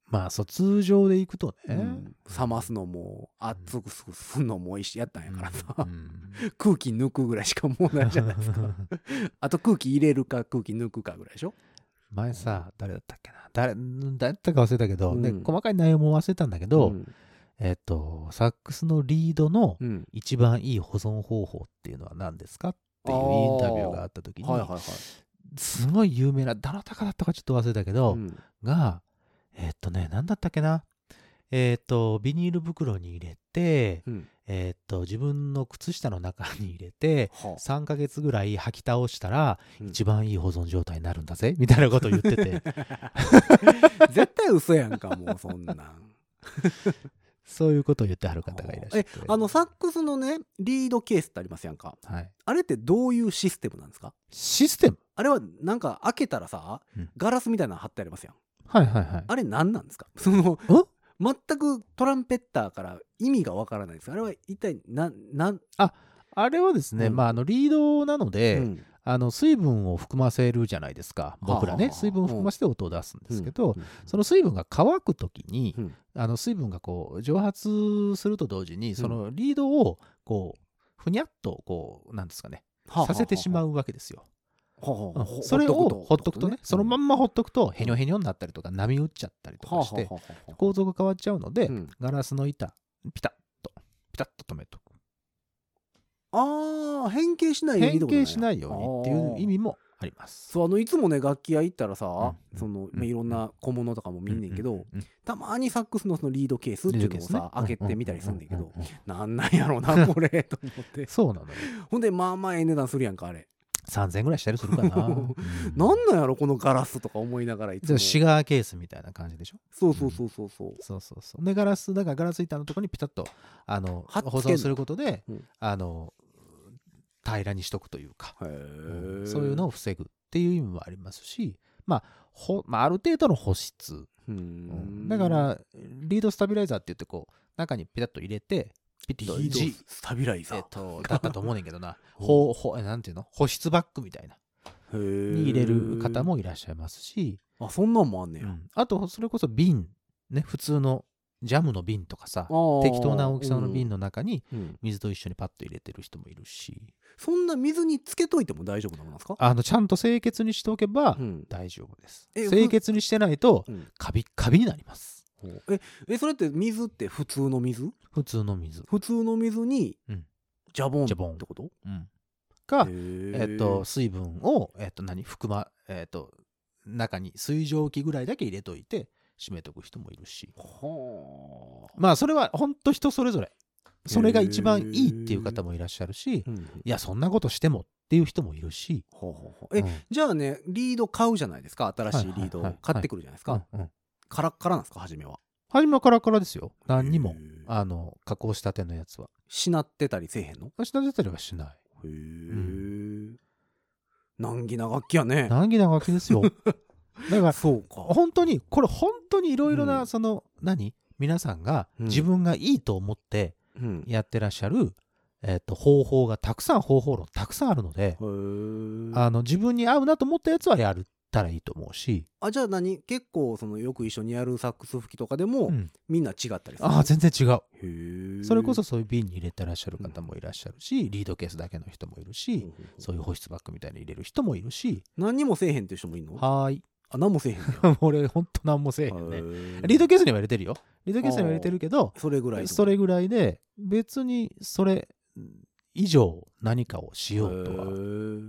Speaker 3: まあそう通常でいくと
Speaker 2: う
Speaker 3: ね、
Speaker 2: ん冷ますのも熱くすんのもいいしやったんやからさ、
Speaker 3: うん
Speaker 2: 空気抜くぐらいしかもうないじゃないですかあと空気入れるか空気抜くかぐらいでしょ
Speaker 3: 前さ誰だったっけな誰ん誰だったか忘れたけど、
Speaker 2: うん
Speaker 3: で細かい内容も忘れたんだけど、
Speaker 2: うん
Speaker 3: えっ、とサックスのリードの
Speaker 2: うん
Speaker 3: 一番いい保存方法っていうのは何ですかっていうインタビューがあった時に、
Speaker 2: はいはいはい、
Speaker 3: すごい有名などなたかだったかちょっと忘れたけど、
Speaker 2: うん
Speaker 3: がえっ、とね何だったっけなえっ、とビニール袋に入れて
Speaker 2: うん
Speaker 3: えっ、と自分の靴下の中に入れて
Speaker 2: はあ
Speaker 3: 3ヶ月ぐらい履き倒したら
Speaker 2: うん
Speaker 3: 一番いい保存状態になるんだぜみたいなことを言って て
Speaker 2: 絶対嘘やんかもうそんなん
Speaker 3: そういうことを言ってはる 方がいらっしゃって
Speaker 2: えあのサックスのねリードケースってありますやんか
Speaker 3: はい、
Speaker 2: あれってどういうシステムなんですか
Speaker 3: システム
Speaker 2: あれはなんか開けたらさ、
Speaker 3: うん
Speaker 2: ガラスみたいなの貼ってありますやん
Speaker 3: はいはいはい
Speaker 2: あれ何なんですか その全くトランペッターから意味がわからないですあれは一体ななん
Speaker 3: あれはですね、
Speaker 2: うん
Speaker 3: まあ、あのリードなので、
Speaker 2: うん
Speaker 3: あの水分を含ませるじゃないですか僕らね、
Speaker 2: はあはあはあ
Speaker 3: 水分を含ませて音を出すんですけど、
Speaker 2: うん
Speaker 3: その水分が乾く時に、
Speaker 2: うん
Speaker 3: あの水分がこう蒸発すると同時にそのリードをこうふにゃっとこうなんですかね
Speaker 2: はあはあはあ
Speaker 3: させてしまうわけですよ。
Speaker 2: はあはあ
Speaker 3: うん
Speaker 2: ほ
Speaker 3: それをほっとくとねそのま
Speaker 2: ま
Speaker 3: んまほっとくとへにょへにょになったりとか波打っちゃったりとかして構造が変わっちゃうので、
Speaker 2: うん
Speaker 3: ガラスの板ピタッとピタッと止めとく
Speaker 2: ああ変形しないように
Speaker 3: 変形しないいようにっていう意味もあります。
Speaker 2: そうあのいつもね楽器屋行ったらさ、
Speaker 3: うん
Speaker 2: その、
Speaker 3: うん
Speaker 2: まあいろんな小物とかも見んねんけど、
Speaker 3: ううん
Speaker 2: たまにサックスのそのリードケースっていうのをさ、開けてみたりすんねんけど、
Speaker 3: うううう
Speaker 2: なんなんやろうなこれと思って
Speaker 3: そうなのよ。
Speaker 2: ほんでまあまあええ値段するやんかあれ、
Speaker 3: 3000円ぐらいしたりするか な。うん
Speaker 2: なんなんやろこのガラスとか思いながらいつ
Speaker 3: じ
Speaker 2: も
Speaker 3: ゃあシガーケースみたいな感じでしょ
Speaker 2: そうそうそうそうそう
Speaker 3: そうそうそう。で、ガラス、だからガラス板のとこにピタッと、あの、
Speaker 2: 貼っつけん
Speaker 3: 保
Speaker 2: の
Speaker 3: 存することで、
Speaker 2: うん
Speaker 3: あの、平らにしとくというか、
Speaker 2: へ
Speaker 3: うん
Speaker 2: え
Speaker 3: そういうのを防ぐっていう意味もありますし、まあ、ほまあ、ある程度の保湿。
Speaker 2: う
Speaker 3: うん
Speaker 2: ん
Speaker 3: だから、リードスタビライザーって言って、こう、中にピタッと入れて、ピ
Speaker 2: リ
Speaker 3: ッと
Speaker 2: ー
Speaker 3: じ
Speaker 2: ドスタビライザ
Speaker 3: え
Speaker 2: ー
Speaker 3: っと、だったと思うねんけ どな、
Speaker 2: うん
Speaker 3: ほうほうなんていうの保湿バッグみたいな、
Speaker 2: へー
Speaker 3: に入れる方もいらっしゃいますし、
Speaker 2: あそんなんもあんねや、
Speaker 3: うんあと、それこそ瓶、ね、普通のジャムの瓶とかさ
Speaker 2: あ、ー
Speaker 3: 適当な大きさの瓶、の中に
Speaker 2: うんうん
Speaker 3: 水と一緒にパッと入れてる人もいるし、
Speaker 2: そんな水につけといても大丈夫なもんなんですか
Speaker 3: あのちゃんと清潔にしておけば
Speaker 2: うん
Speaker 3: 大丈夫です。
Speaker 2: え
Speaker 3: 清潔にしてないと
Speaker 2: うん
Speaker 3: カビッカビになります。
Speaker 2: ええそれって水って普通の水
Speaker 3: 普通の水。
Speaker 2: 普通の水に
Speaker 3: うん
Speaker 2: ジャボンっ
Speaker 3: ジャボン
Speaker 2: てこと
Speaker 3: うん、が、え
Speaker 2: え
Speaker 3: っと、水分を、えっと、何含ま、えっと、中に水蒸気ぐらいだけ入れといて閉めとく人もいるし。
Speaker 2: はあ、
Speaker 3: まあそれは本当人それぞれ。それが一番いいっていう方もいらっしゃるし、
Speaker 2: うん
Speaker 3: いやそんなことしてもっていう人もいるし。
Speaker 2: ほうほうほうえ、
Speaker 3: うん
Speaker 2: じゃあねリード買うじゃないですか新しいリード
Speaker 3: はいはいはい
Speaker 2: を
Speaker 3: はい
Speaker 2: 買ってくるじゃないですか、
Speaker 3: うんうん
Speaker 2: カラッカラなんですか初めは
Speaker 3: 初めはカラカラですよ。何にも
Speaker 2: へー
Speaker 3: あの加工したてのやつは。
Speaker 2: しなってたりせえへんのへ
Speaker 3: 私の出たりはしない。
Speaker 2: え、
Speaker 3: ん
Speaker 2: 難儀な楽器やね
Speaker 3: 難儀なわけですよ。だから
Speaker 2: そうか
Speaker 3: 本当にこれ本当にいろいろ
Speaker 2: う
Speaker 3: なんその、何皆さんが
Speaker 2: うん
Speaker 3: 自分がいいと思って
Speaker 2: うんへ
Speaker 3: やってらっしゃる、えっと方法がたくさん方法論たくさんあるので、
Speaker 2: えあ
Speaker 3: あの自分に合うなと思ったやつはやったらいいと思うし、
Speaker 2: じゃあ何結構そのよく一緒にやるサックス吹きとかでも、
Speaker 3: うん
Speaker 2: みんな違ったりする
Speaker 3: ああ全然違う。
Speaker 2: へえ
Speaker 3: それこそそういう瓶に入れてらっしゃる方もいらっしゃるし、リードケースだけの人もいる
Speaker 2: ほう
Speaker 3: し、
Speaker 2: ほうほう
Speaker 3: そういう保湿バッグみたいに入れる人もいるし、
Speaker 2: 何にもせえへんっていう人もいんの
Speaker 3: はーい。
Speaker 2: あ何もせえへんね
Speaker 3: 俺、ほんとなんもせえへ
Speaker 2: や
Speaker 3: んね。
Speaker 2: へえ
Speaker 3: リードケースには入れてるよ。リードケースには入れてるけど、
Speaker 2: それぐらい
Speaker 3: それぐらいで、別にそれ以上何かをしようとは。
Speaker 2: へ
Speaker 3: う
Speaker 2: ー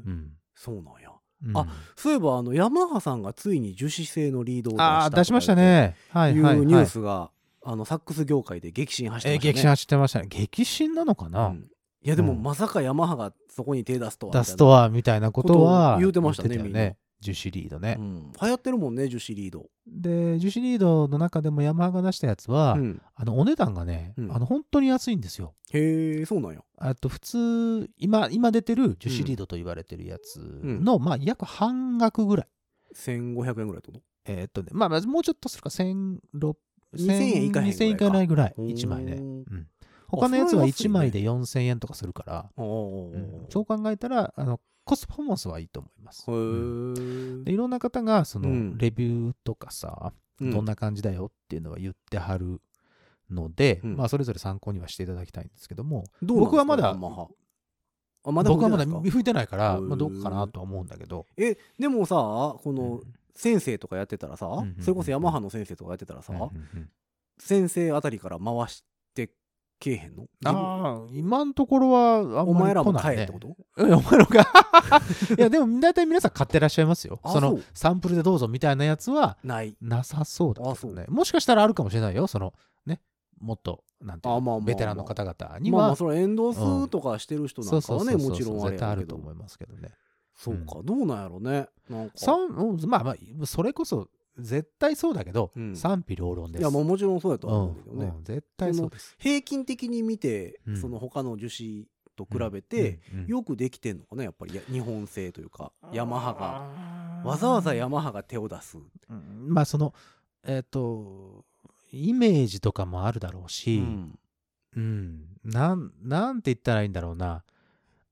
Speaker 3: ん。
Speaker 2: そうなんや
Speaker 3: うん
Speaker 2: あそういえばあのヤマハさんがついに樹脂製のリードを出した
Speaker 3: あー、出しましたね。は
Speaker 2: と
Speaker 3: い
Speaker 2: い
Speaker 3: は
Speaker 2: う
Speaker 3: い、
Speaker 2: ニュ
Speaker 3: は
Speaker 2: ー
Speaker 3: い。
Speaker 2: スがあのサックス業界で激震走っ
Speaker 3: えー
Speaker 2: てましたね
Speaker 3: 激震走ってましたね。激震なのかな、
Speaker 2: うんいやでも
Speaker 3: うん
Speaker 2: まさかヤマハがそこに手出すとは
Speaker 3: 出すとはみたいなこと
Speaker 2: こ
Speaker 3: は
Speaker 2: とを言うてましたね
Speaker 3: 言って
Speaker 2: み
Speaker 3: よ
Speaker 2: んな
Speaker 3: 樹脂リードね
Speaker 2: みたい、なうん流行ってるもんね樹脂リード
Speaker 3: で樹脂リードの中でもヤマハが出したやつは、
Speaker 2: うん
Speaker 3: あのお値段がね、
Speaker 2: うん
Speaker 3: あの本当に安いんですよ
Speaker 2: へえそうなんや
Speaker 3: あと普通今今出てる樹脂リードと言われてるやつの、まあ約半額ぐらい
Speaker 2: 1500円ぐらいってこと
Speaker 3: えーっとねまあまずもうちょっとするか1600
Speaker 2: 2000円いかへんぐらいか
Speaker 3: 2000円いかないぐらい
Speaker 2: ほー
Speaker 3: 1枚で、うん、他のやつは1枚で4000円とかするから
Speaker 2: ああ
Speaker 3: うんそう考えたらあのコスパフォーマンスはいいと思います、うん
Speaker 2: へ
Speaker 3: で
Speaker 2: え
Speaker 3: いろんな方がそうの
Speaker 2: ん
Speaker 3: レビューとかさ、どんな感じだよっていうのは言ってはるので、
Speaker 2: うん
Speaker 3: まあそれぞれ参考にはしていただきたいんですけども、
Speaker 2: どうなんですか
Speaker 3: 僕はまだ
Speaker 2: ヤマハあまだ
Speaker 3: 僕はまだ
Speaker 2: 吹いてないんですか
Speaker 3: 吹いてないから、
Speaker 2: うん
Speaker 3: まあ、どうかなとは思うんだけど、
Speaker 2: えでもさこ
Speaker 3: うん
Speaker 2: の先生とかやってたらさ、
Speaker 3: うんうんうん
Speaker 2: それこそヤマハの先生とかやってたらさ、
Speaker 3: うんうん
Speaker 2: 先生あたりから回してけえへんの
Speaker 3: うんああ今のところはあんまり
Speaker 2: お前らも
Speaker 3: 来な
Speaker 2: 帰
Speaker 3: い
Speaker 2: え
Speaker 3: ね
Speaker 2: ってこと、
Speaker 3: うんお前らが いやでも大体皆さん買ってらっしゃいますよ
Speaker 2: あ
Speaker 3: そ
Speaker 2: そ
Speaker 3: の
Speaker 2: う
Speaker 3: サンプルでどうぞみたいなやつは
Speaker 2: ない
Speaker 3: なさそうだ
Speaker 2: あ
Speaker 3: け
Speaker 2: そ
Speaker 3: どね
Speaker 2: う
Speaker 3: もしかしたらあるかもしれないよそのねもっとなんていうの
Speaker 2: あまあまあまあ
Speaker 3: ベテランの方々には、
Speaker 2: まあまあそれエンドスとかしてる人なんかはね、もちろんあれ
Speaker 3: 絶対
Speaker 2: や
Speaker 3: あ
Speaker 2: け
Speaker 3: る
Speaker 2: ど
Speaker 3: と思いますけどね
Speaker 2: そうかどうなんやろねなんか
Speaker 3: さんうんまあまあそれこそ絶対そうだけど、
Speaker 2: うん
Speaker 3: 賛否両論です
Speaker 2: いやまあもちろんそうやと
Speaker 3: う
Speaker 2: は思うんんだけどね、
Speaker 3: うん絶対そうです
Speaker 2: 平均的に見て、
Speaker 3: うん
Speaker 2: その他の樹脂と比べて、、
Speaker 3: うんうん
Speaker 2: よくできてんのかなやっぱりや日本製というかヤマハが
Speaker 3: が
Speaker 2: わざわざヤマハが手を出す、
Speaker 3: まあそのえっ、とイメージとかもあるだろう
Speaker 2: う
Speaker 3: し、うん
Speaker 2: ん
Speaker 3: なんなんて言ったらいいんだろうな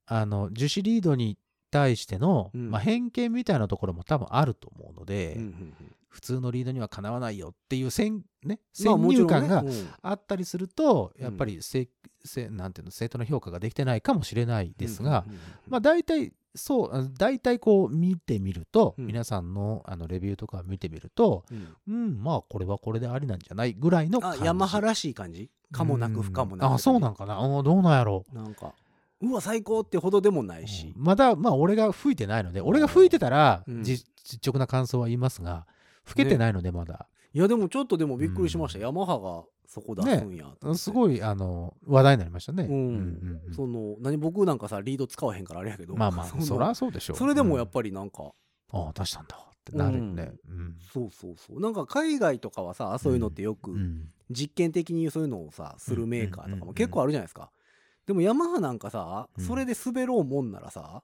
Speaker 3: あの樹脂リードに対しての、
Speaker 2: うん
Speaker 3: まあ、偏見みたいなところも多分あると思うので、
Speaker 2: うんうんうん
Speaker 3: 普通のリードにはかなわないよっていう先,、ね、
Speaker 2: まあ
Speaker 3: 先
Speaker 2: もちろ
Speaker 3: 入
Speaker 2: んね
Speaker 3: 観が
Speaker 2: うん
Speaker 3: あったりすると、
Speaker 2: うん
Speaker 3: やっぱりせせなんていうの正当な評価ができてないかもしれないですが、
Speaker 2: うんうんうん
Speaker 3: まあ大体そうあの大体こう見てみると、
Speaker 2: うん
Speaker 3: 皆さんのあのレビューとか見てみると
Speaker 2: うん
Speaker 3: うんまあこれはこれでありなんじゃないぐらいの感
Speaker 2: あ
Speaker 3: じ
Speaker 2: ヤマハらしい感じかもな
Speaker 3: う
Speaker 2: く
Speaker 3: ん
Speaker 2: 不可もなく
Speaker 3: あそうなんんかなうんどうなんやろ
Speaker 2: なんかうわ最高ってほどでもないし、
Speaker 3: まだまあ俺が吹いてないので俺が吹いてたら、
Speaker 2: うん
Speaker 3: じ実直な感想は言いますが吹けてないのでまだ、
Speaker 2: いやでもちょっとでもびっくりしました、ヤマハがそこ出すんやと思って
Speaker 3: すごいあの話題になりましたね、
Speaker 2: うん
Speaker 3: うん
Speaker 2: その何僕なんかさリード使わへんからあれやけど
Speaker 3: まあまあ
Speaker 2: の
Speaker 3: そらそうでしょう
Speaker 2: それでもやっ
Speaker 3: ぱ、
Speaker 2: ぱりなんか、
Speaker 3: うんああ出したんだってなるよねうん
Speaker 2: そうそうそうなんか海外とかはさそういうのってよく
Speaker 3: うん
Speaker 2: 実験的にそういうのをさするメーカーと
Speaker 3: うんう
Speaker 2: か
Speaker 3: んうんう
Speaker 2: も
Speaker 3: ん
Speaker 2: 結構あるじゃないですかでもヤマハなんかさ
Speaker 3: うん
Speaker 2: それで滑ろうもんならさ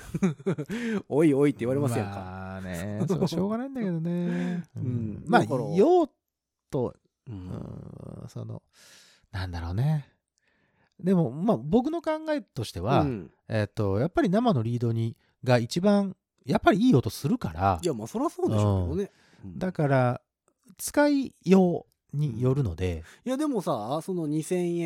Speaker 2: 「おいおい」って言われますやんか、
Speaker 3: まあ ねそれはしょうがないんだけどね、
Speaker 2: ん
Speaker 3: まあ
Speaker 2: だから
Speaker 3: 用途
Speaker 2: う
Speaker 3: うんんそのなんだろうねでもまあ僕の考えとしては、
Speaker 2: うん
Speaker 3: えっとやっぱり生のリードにが一番やっぱりいい音するから
Speaker 2: いやまあそりゃそうでしょうけどね、うん
Speaker 3: だから使いようによるので、
Speaker 2: いやでもさその2,000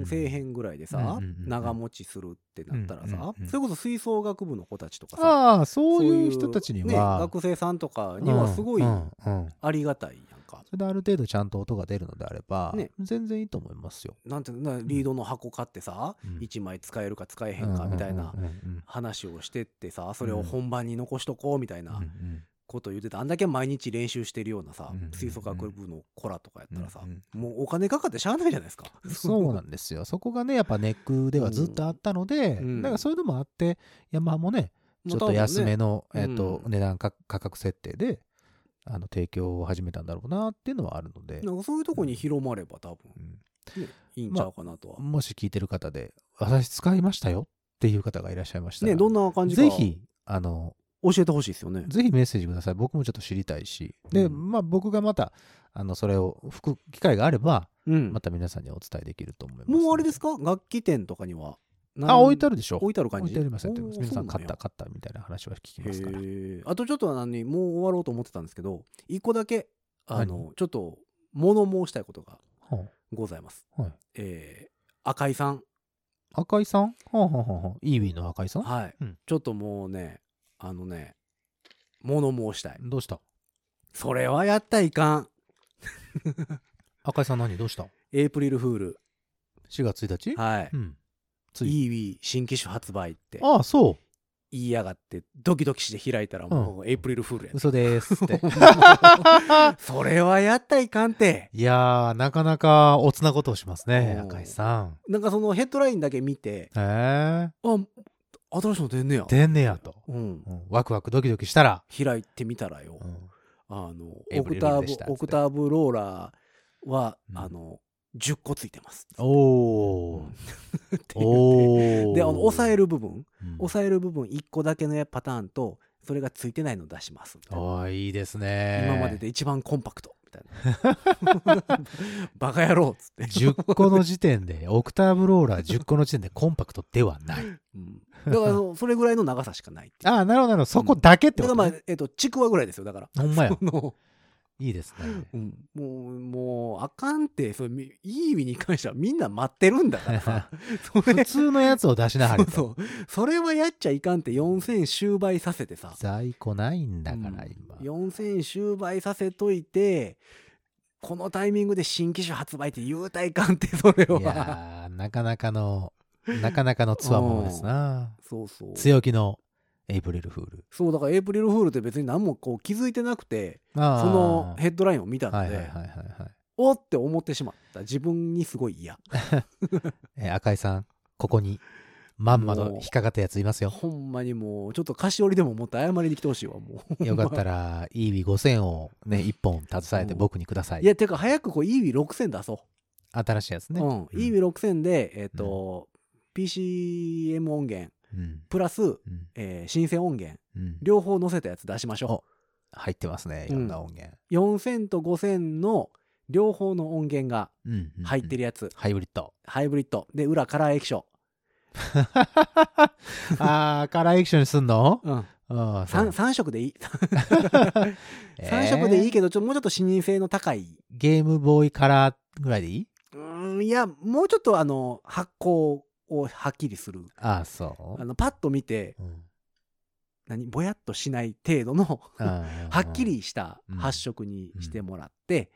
Speaker 2: 円制辺ぐらいでさ、
Speaker 3: うんうんうんうん
Speaker 2: 長持ちするってなったらさ、
Speaker 3: うんうんうん
Speaker 2: それこそ吹奏楽部の子たちとかさ
Speaker 3: ああそういう人たちに
Speaker 2: ね、
Speaker 3: は、
Speaker 2: 学生さんとかにはすごい
Speaker 3: うんうんうん
Speaker 2: ありがたいやんか、
Speaker 3: それである程度ちゃんと音が出るのであれば、
Speaker 2: ね
Speaker 3: 全然いいと思いますよ。
Speaker 2: なんていうのリードの箱買ってさ、
Speaker 3: うん
Speaker 2: 1枚使えるか使えへんかみたいな
Speaker 3: うんうんうん
Speaker 2: 話をしてってさそれを本番に残しとこうみたい
Speaker 3: うんうんう
Speaker 2: なんこと言ってたあんだけ毎日練習してるようなさ、
Speaker 3: うんうんうん
Speaker 2: 吹奏楽部の子らとかやったらさ、
Speaker 3: うん
Speaker 2: もうお金かかってしゃあないじゃないですか。
Speaker 3: そうなんですよ。そこがね、やっぱネックではずっとあったので、
Speaker 2: うん
Speaker 3: なんかそういうのもあって、ヤマハもね、ちょっと安めの、
Speaker 2: まあ多
Speaker 3: え
Speaker 2: 分ね
Speaker 3: っと
Speaker 2: う
Speaker 3: 値段か価格設定であの提供を始めたんだろうなっていうのはあるので、
Speaker 2: なんかそういうとこに広まれば多分、ね、いいんちゃうかなとは。
Speaker 3: うんもし聞いてる方で私使いましたよっていう方がいらっしゃいましたら
Speaker 2: ねどんな感じか
Speaker 3: ぜひあの
Speaker 2: 教えてほしいですよね。
Speaker 3: ぜひメッセージください僕もちょっと知りたいしで、
Speaker 2: うん
Speaker 3: まあ僕がまたあのそれを吹く機会があれば
Speaker 2: うん
Speaker 3: また皆さんにお伝えできると思います
Speaker 2: もうあれです
Speaker 3: か
Speaker 2: か楽器店とかには
Speaker 3: あ置いてあ
Speaker 2: る
Speaker 3: るでしょ
Speaker 2: 置いてある感じ
Speaker 3: 置いてありますやってま
Speaker 2: お
Speaker 3: す
Speaker 2: ー
Speaker 3: 皆さん
Speaker 2: そう
Speaker 3: 買
Speaker 2: な
Speaker 3: っ
Speaker 2: んや
Speaker 3: た買ったみたいな話は聞きますから
Speaker 2: へえあとちょっと何もう終わろうと思ってたんですけど一個だけあのちょっと物申したいことが
Speaker 3: ほう
Speaker 2: ございます。
Speaker 3: はい
Speaker 2: えー赤井さん、
Speaker 3: 赤井さんほうほうほうほうイーウィーの赤井さん
Speaker 2: はい
Speaker 3: うん
Speaker 2: ちょっともうねあのね物申したい。
Speaker 3: どうした
Speaker 2: それはやったらいかん。
Speaker 3: 赤井さん何どうした
Speaker 2: エイプリルフール。
Speaker 3: 4月1日
Speaker 2: はい。
Speaker 3: うんつ
Speaker 2: イ
Speaker 3: い
Speaker 2: ーウィー新機種発売って
Speaker 3: ああそう
Speaker 2: 言いやがってドキドキして開いたらもうエイプリルフールやった
Speaker 3: 嘘です って
Speaker 2: それはやったらいかんて。
Speaker 3: いやーなかなかおつなことをしますね
Speaker 2: うん
Speaker 3: 赤井さん
Speaker 2: なんかそのヘッドラインだけ見て、
Speaker 3: へえ
Speaker 2: あ、新しいの出んねや。
Speaker 3: 出んねやと、
Speaker 2: うん
Speaker 3: う。んワクワクドキドキしたら、
Speaker 2: 開いてみたらよ
Speaker 3: う。ん
Speaker 2: あの、
Speaker 3: エ
Speaker 2: オ
Speaker 3: イプ
Speaker 2: ク
Speaker 3: リル
Speaker 2: タ
Speaker 3: フールでし
Speaker 2: ー
Speaker 3: た
Speaker 2: ブ、オクターブローラーは、
Speaker 3: うん
Speaker 2: あの、10個ついてます。
Speaker 3: おー
Speaker 2: っていう
Speaker 3: おー
Speaker 2: で、あの、押さえる部分、
Speaker 3: うん
Speaker 2: 押さえる部分1個だけのパターンと、それがついてないの出しますみたいな。
Speaker 3: あーいいですね
Speaker 2: 今 までで一番コンパクト。みたいな。バカ野郎っつって。
Speaker 3: 10個の時点でオクターブローラー10個の時点でコンパクトではない
Speaker 2: うんだからあの、それぐらいの長さしかないっていう。
Speaker 3: ああなるほどなるほどそこだけって
Speaker 2: だか
Speaker 3: こ
Speaker 2: ら
Speaker 3: と、
Speaker 2: まあ
Speaker 3: ね、
Speaker 2: えっと、ちくわぐらいですよ、だ から。
Speaker 3: ほんまや
Speaker 2: その
Speaker 3: いいですね
Speaker 2: うん、もう、もう、あかんって、それ、みいい意味に関してはみんな待ってるんだから さ。それ
Speaker 3: 普、通のやつを出しなは
Speaker 2: そ
Speaker 3: れ
Speaker 2: うそう。それはやっちゃいかんって、4000終売させてさ。
Speaker 3: 在庫ないんだから
Speaker 2: うん
Speaker 3: 今、
Speaker 2: 4000終売させといて、このタイミングで新機種発売って言うたいかんって、それ
Speaker 3: い
Speaker 2: は。
Speaker 3: やーなかなかのなかなかのつわものですな
Speaker 2: そうそう。
Speaker 3: 強気のエイプリルフール
Speaker 2: そう、だから、エイプリルフールって別に何もこう気づいてなくて、
Speaker 3: そ
Speaker 2: そのヘッドラインを見た
Speaker 3: は
Speaker 2: の
Speaker 3: いはいはい
Speaker 2: で、
Speaker 3: はいはい、
Speaker 2: おって思ってしまった。自分にすごい嫌。
Speaker 3: えー赤井さんここにまんまと引っかかったやついますよ
Speaker 2: ほんまにもう、ちょっと菓子折りでも持って謝りに来てほしいわ、もう。
Speaker 3: よかった
Speaker 2: ら。
Speaker 3: らイービー5000を ね1本携えて僕にください、
Speaker 2: いや、てか早くこう、イービー6000出そ
Speaker 3: 新しいやつ
Speaker 2: う。
Speaker 3: ね、
Speaker 2: うん。イービー6000で、えっ、と、PCM 音源、
Speaker 3: うん
Speaker 2: プラス、
Speaker 3: うん
Speaker 2: えー、新鮮音源、
Speaker 3: うん
Speaker 2: 両方載せたやつ出しましょ
Speaker 3: 入ってますねいろんな音源、
Speaker 2: う。4000と5000の両方の音源が
Speaker 3: うんうんうん
Speaker 2: 入ってるやつ、
Speaker 3: ハイブリッ ド
Speaker 2: ハイブリッド。で、裏カラー液晶。
Speaker 3: あーカラーエキションにすんの
Speaker 2: うん。
Speaker 3: うんそう
Speaker 2: 3, 三色でいい。
Speaker 3: えー
Speaker 2: 3色でいいけど、ちょっともうちょっと視認性の高い。
Speaker 3: ゲームボーイカラーぐらいでいいう
Speaker 2: ーん、いや、もうちょっとあの、発光をはっきりする。
Speaker 3: ああそう
Speaker 2: あの、パッと見て、
Speaker 3: うん
Speaker 2: 何ぼやっとしない程度の
Speaker 3: あー
Speaker 2: はっきりした
Speaker 3: うん
Speaker 2: 発色にしてもらって、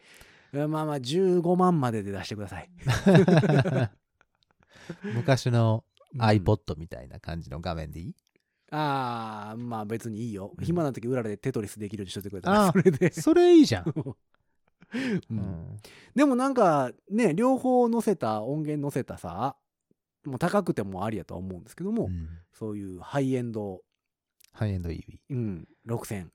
Speaker 2: まあまあ15万までで出してください。
Speaker 3: 昔の
Speaker 2: うん
Speaker 3: iPod みたいな感じの画面でいい
Speaker 2: ああまあ別にいいよ、
Speaker 3: うん
Speaker 2: 暇な時裏でテトリスできるようにしといてくれた
Speaker 3: あ
Speaker 2: ら
Speaker 3: ー
Speaker 2: それで、
Speaker 3: それいいじゃん。
Speaker 2: う
Speaker 3: うんん
Speaker 2: でもなんかね両方載せた音源載せたさもう高くてもありやとは思うんですけども、
Speaker 3: うん
Speaker 2: そういうハイエンド、
Speaker 3: ハイエンド EV。
Speaker 2: うん、6000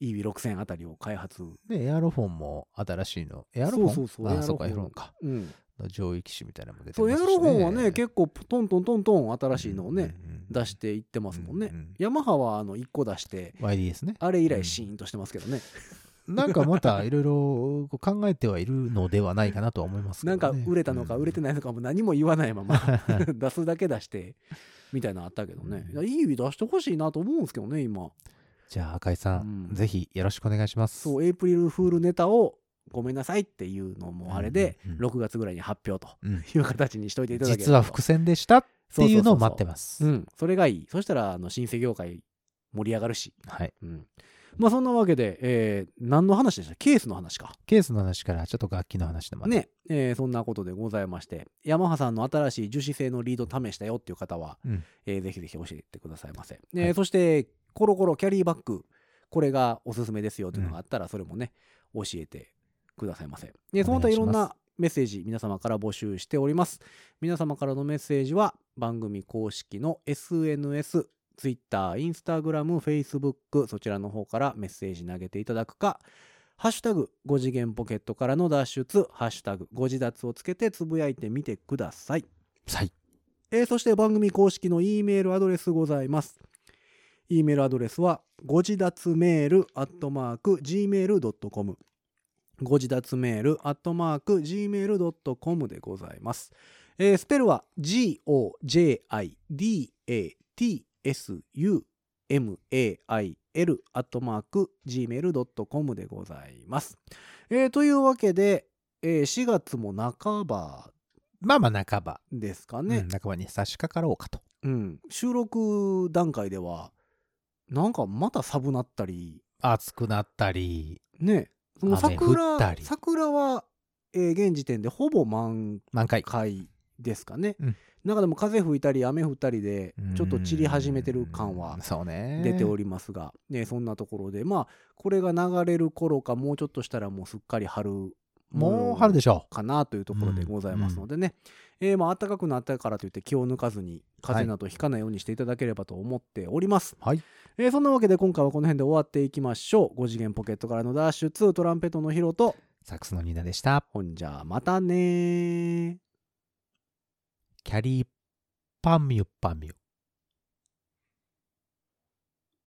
Speaker 2: EV6000 あたりを開発、
Speaker 3: で、エアロフォンも新しいの。エアロフォン
Speaker 2: そうそうそう
Speaker 3: あ
Speaker 2: エアロフォン
Speaker 3: そうか、エアロフォンか。
Speaker 2: うん、
Speaker 3: の上位機種みたいなのも出て
Speaker 2: そう
Speaker 3: ま
Speaker 2: エア
Speaker 3: すしね
Speaker 2: ロフォンはね結構トントントントン新しいのをね、、
Speaker 3: うんうんうん
Speaker 2: 出していってますもんね、
Speaker 3: うんうん
Speaker 2: ヤマハはあの1個出して、
Speaker 3: YDS ね。
Speaker 2: あれ以来シーンとしてますけどね、
Speaker 3: なんかまたいろいろ考えてはいるのではないかなとは思いますけど
Speaker 2: な
Speaker 3: ね
Speaker 2: んか売れたのか売れてないのかも何も言わないま ま出すだけ出してみたいなのあったけどね、
Speaker 3: う
Speaker 2: いやいい意味出してほしいなと思うんですけどね今
Speaker 3: じゃあ赤井さん、
Speaker 2: うん
Speaker 3: ぜひよろしくお願いします。
Speaker 2: そうエイプリルフールネタをごめんなさいっていうのもあれで、
Speaker 3: うんうんうん
Speaker 2: 6月ぐらいに発表と
Speaker 3: うん
Speaker 2: いう形にしといていただければ
Speaker 3: 実は伏線でしたっていうのを待って
Speaker 2: ま
Speaker 3: ます。
Speaker 2: うんそれがいいそしたらあの新生業界盛り上がるし、
Speaker 3: はい、
Speaker 2: うん、まあそんなわけで、えー何の話でしたケースの話か
Speaker 3: ケースの話からちょっと楽器の話でまで、
Speaker 2: ね、えーそんなことでございましてヤマハさんの新しい樹脂製のリード試したよっていう方は、
Speaker 3: うん
Speaker 2: えーぜひぜひ教えてくださいませ、え
Speaker 3: はい
Speaker 2: そしてコロコロキャリーバッグこれがおすすめですよというのがあったらそれもね、教えてくださいませでその他いろん
Speaker 3: お願いし
Speaker 2: なメッセージ皆様から募集しております皆様からのメッセージは番組公式の SNS Twitter、Instagram、Facebook そちらの方からメッセージ投げていただくかハッシュタグ5次元ポケットからの脱出、ハッシュタグ5次脱をつけてつぶやいてみてください。
Speaker 3: はい、
Speaker 2: えーそして番組公式の E メールアドレスございます。E メールアドレスは、ご自立メールアットマーク Gmail.com。ご自立メールアットマーク Gmail.com でございます。えースペルは GOJIDATSUMAIL アットマーク Gmail.com でございます。えーというわけで、えー4月も半ば
Speaker 3: まあまあ半ば、
Speaker 2: ですかね。
Speaker 3: ね半ばに差し掛かろうかと。
Speaker 2: うん、収録段階ではなんかまた寒なったり
Speaker 3: 暑くなったり、
Speaker 2: ねその
Speaker 3: 雨降った
Speaker 2: 桜
Speaker 3: り
Speaker 2: 桜は、えー現時点でほぼ満
Speaker 3: 満開。
Speaker 2: 開ですかね、
Speaker 3: うん
Speaker 2: 中でも風吹いたり雨降ったりでちょっと散り始めてる感
Speaker 3: う
Speaker 2: は
Speaker 3: んそうね
Speaker 2: 出ておりますが、ね、そんなところでまあこれが流れる頃かもうちょっとしたらもうすっかり春
Speaker 3: もう春でしょ
Speaker 2: かなというところでございますのでね、えーまあ暖かくなったからといって気を抜かずに風邪などひかないようにしていただければと思っております、
Speaker 3: う。はい。
Speaker 2: えーそんなわけで今回はこの辺で終わっていきましょう5次元ポケットからの脱出トランペットのヒロと
Speaker 3: サックスのニーナでした。
Speaker 2: ほんじゃまたねー
Speaker 3: キャリーパンミュパンミュ。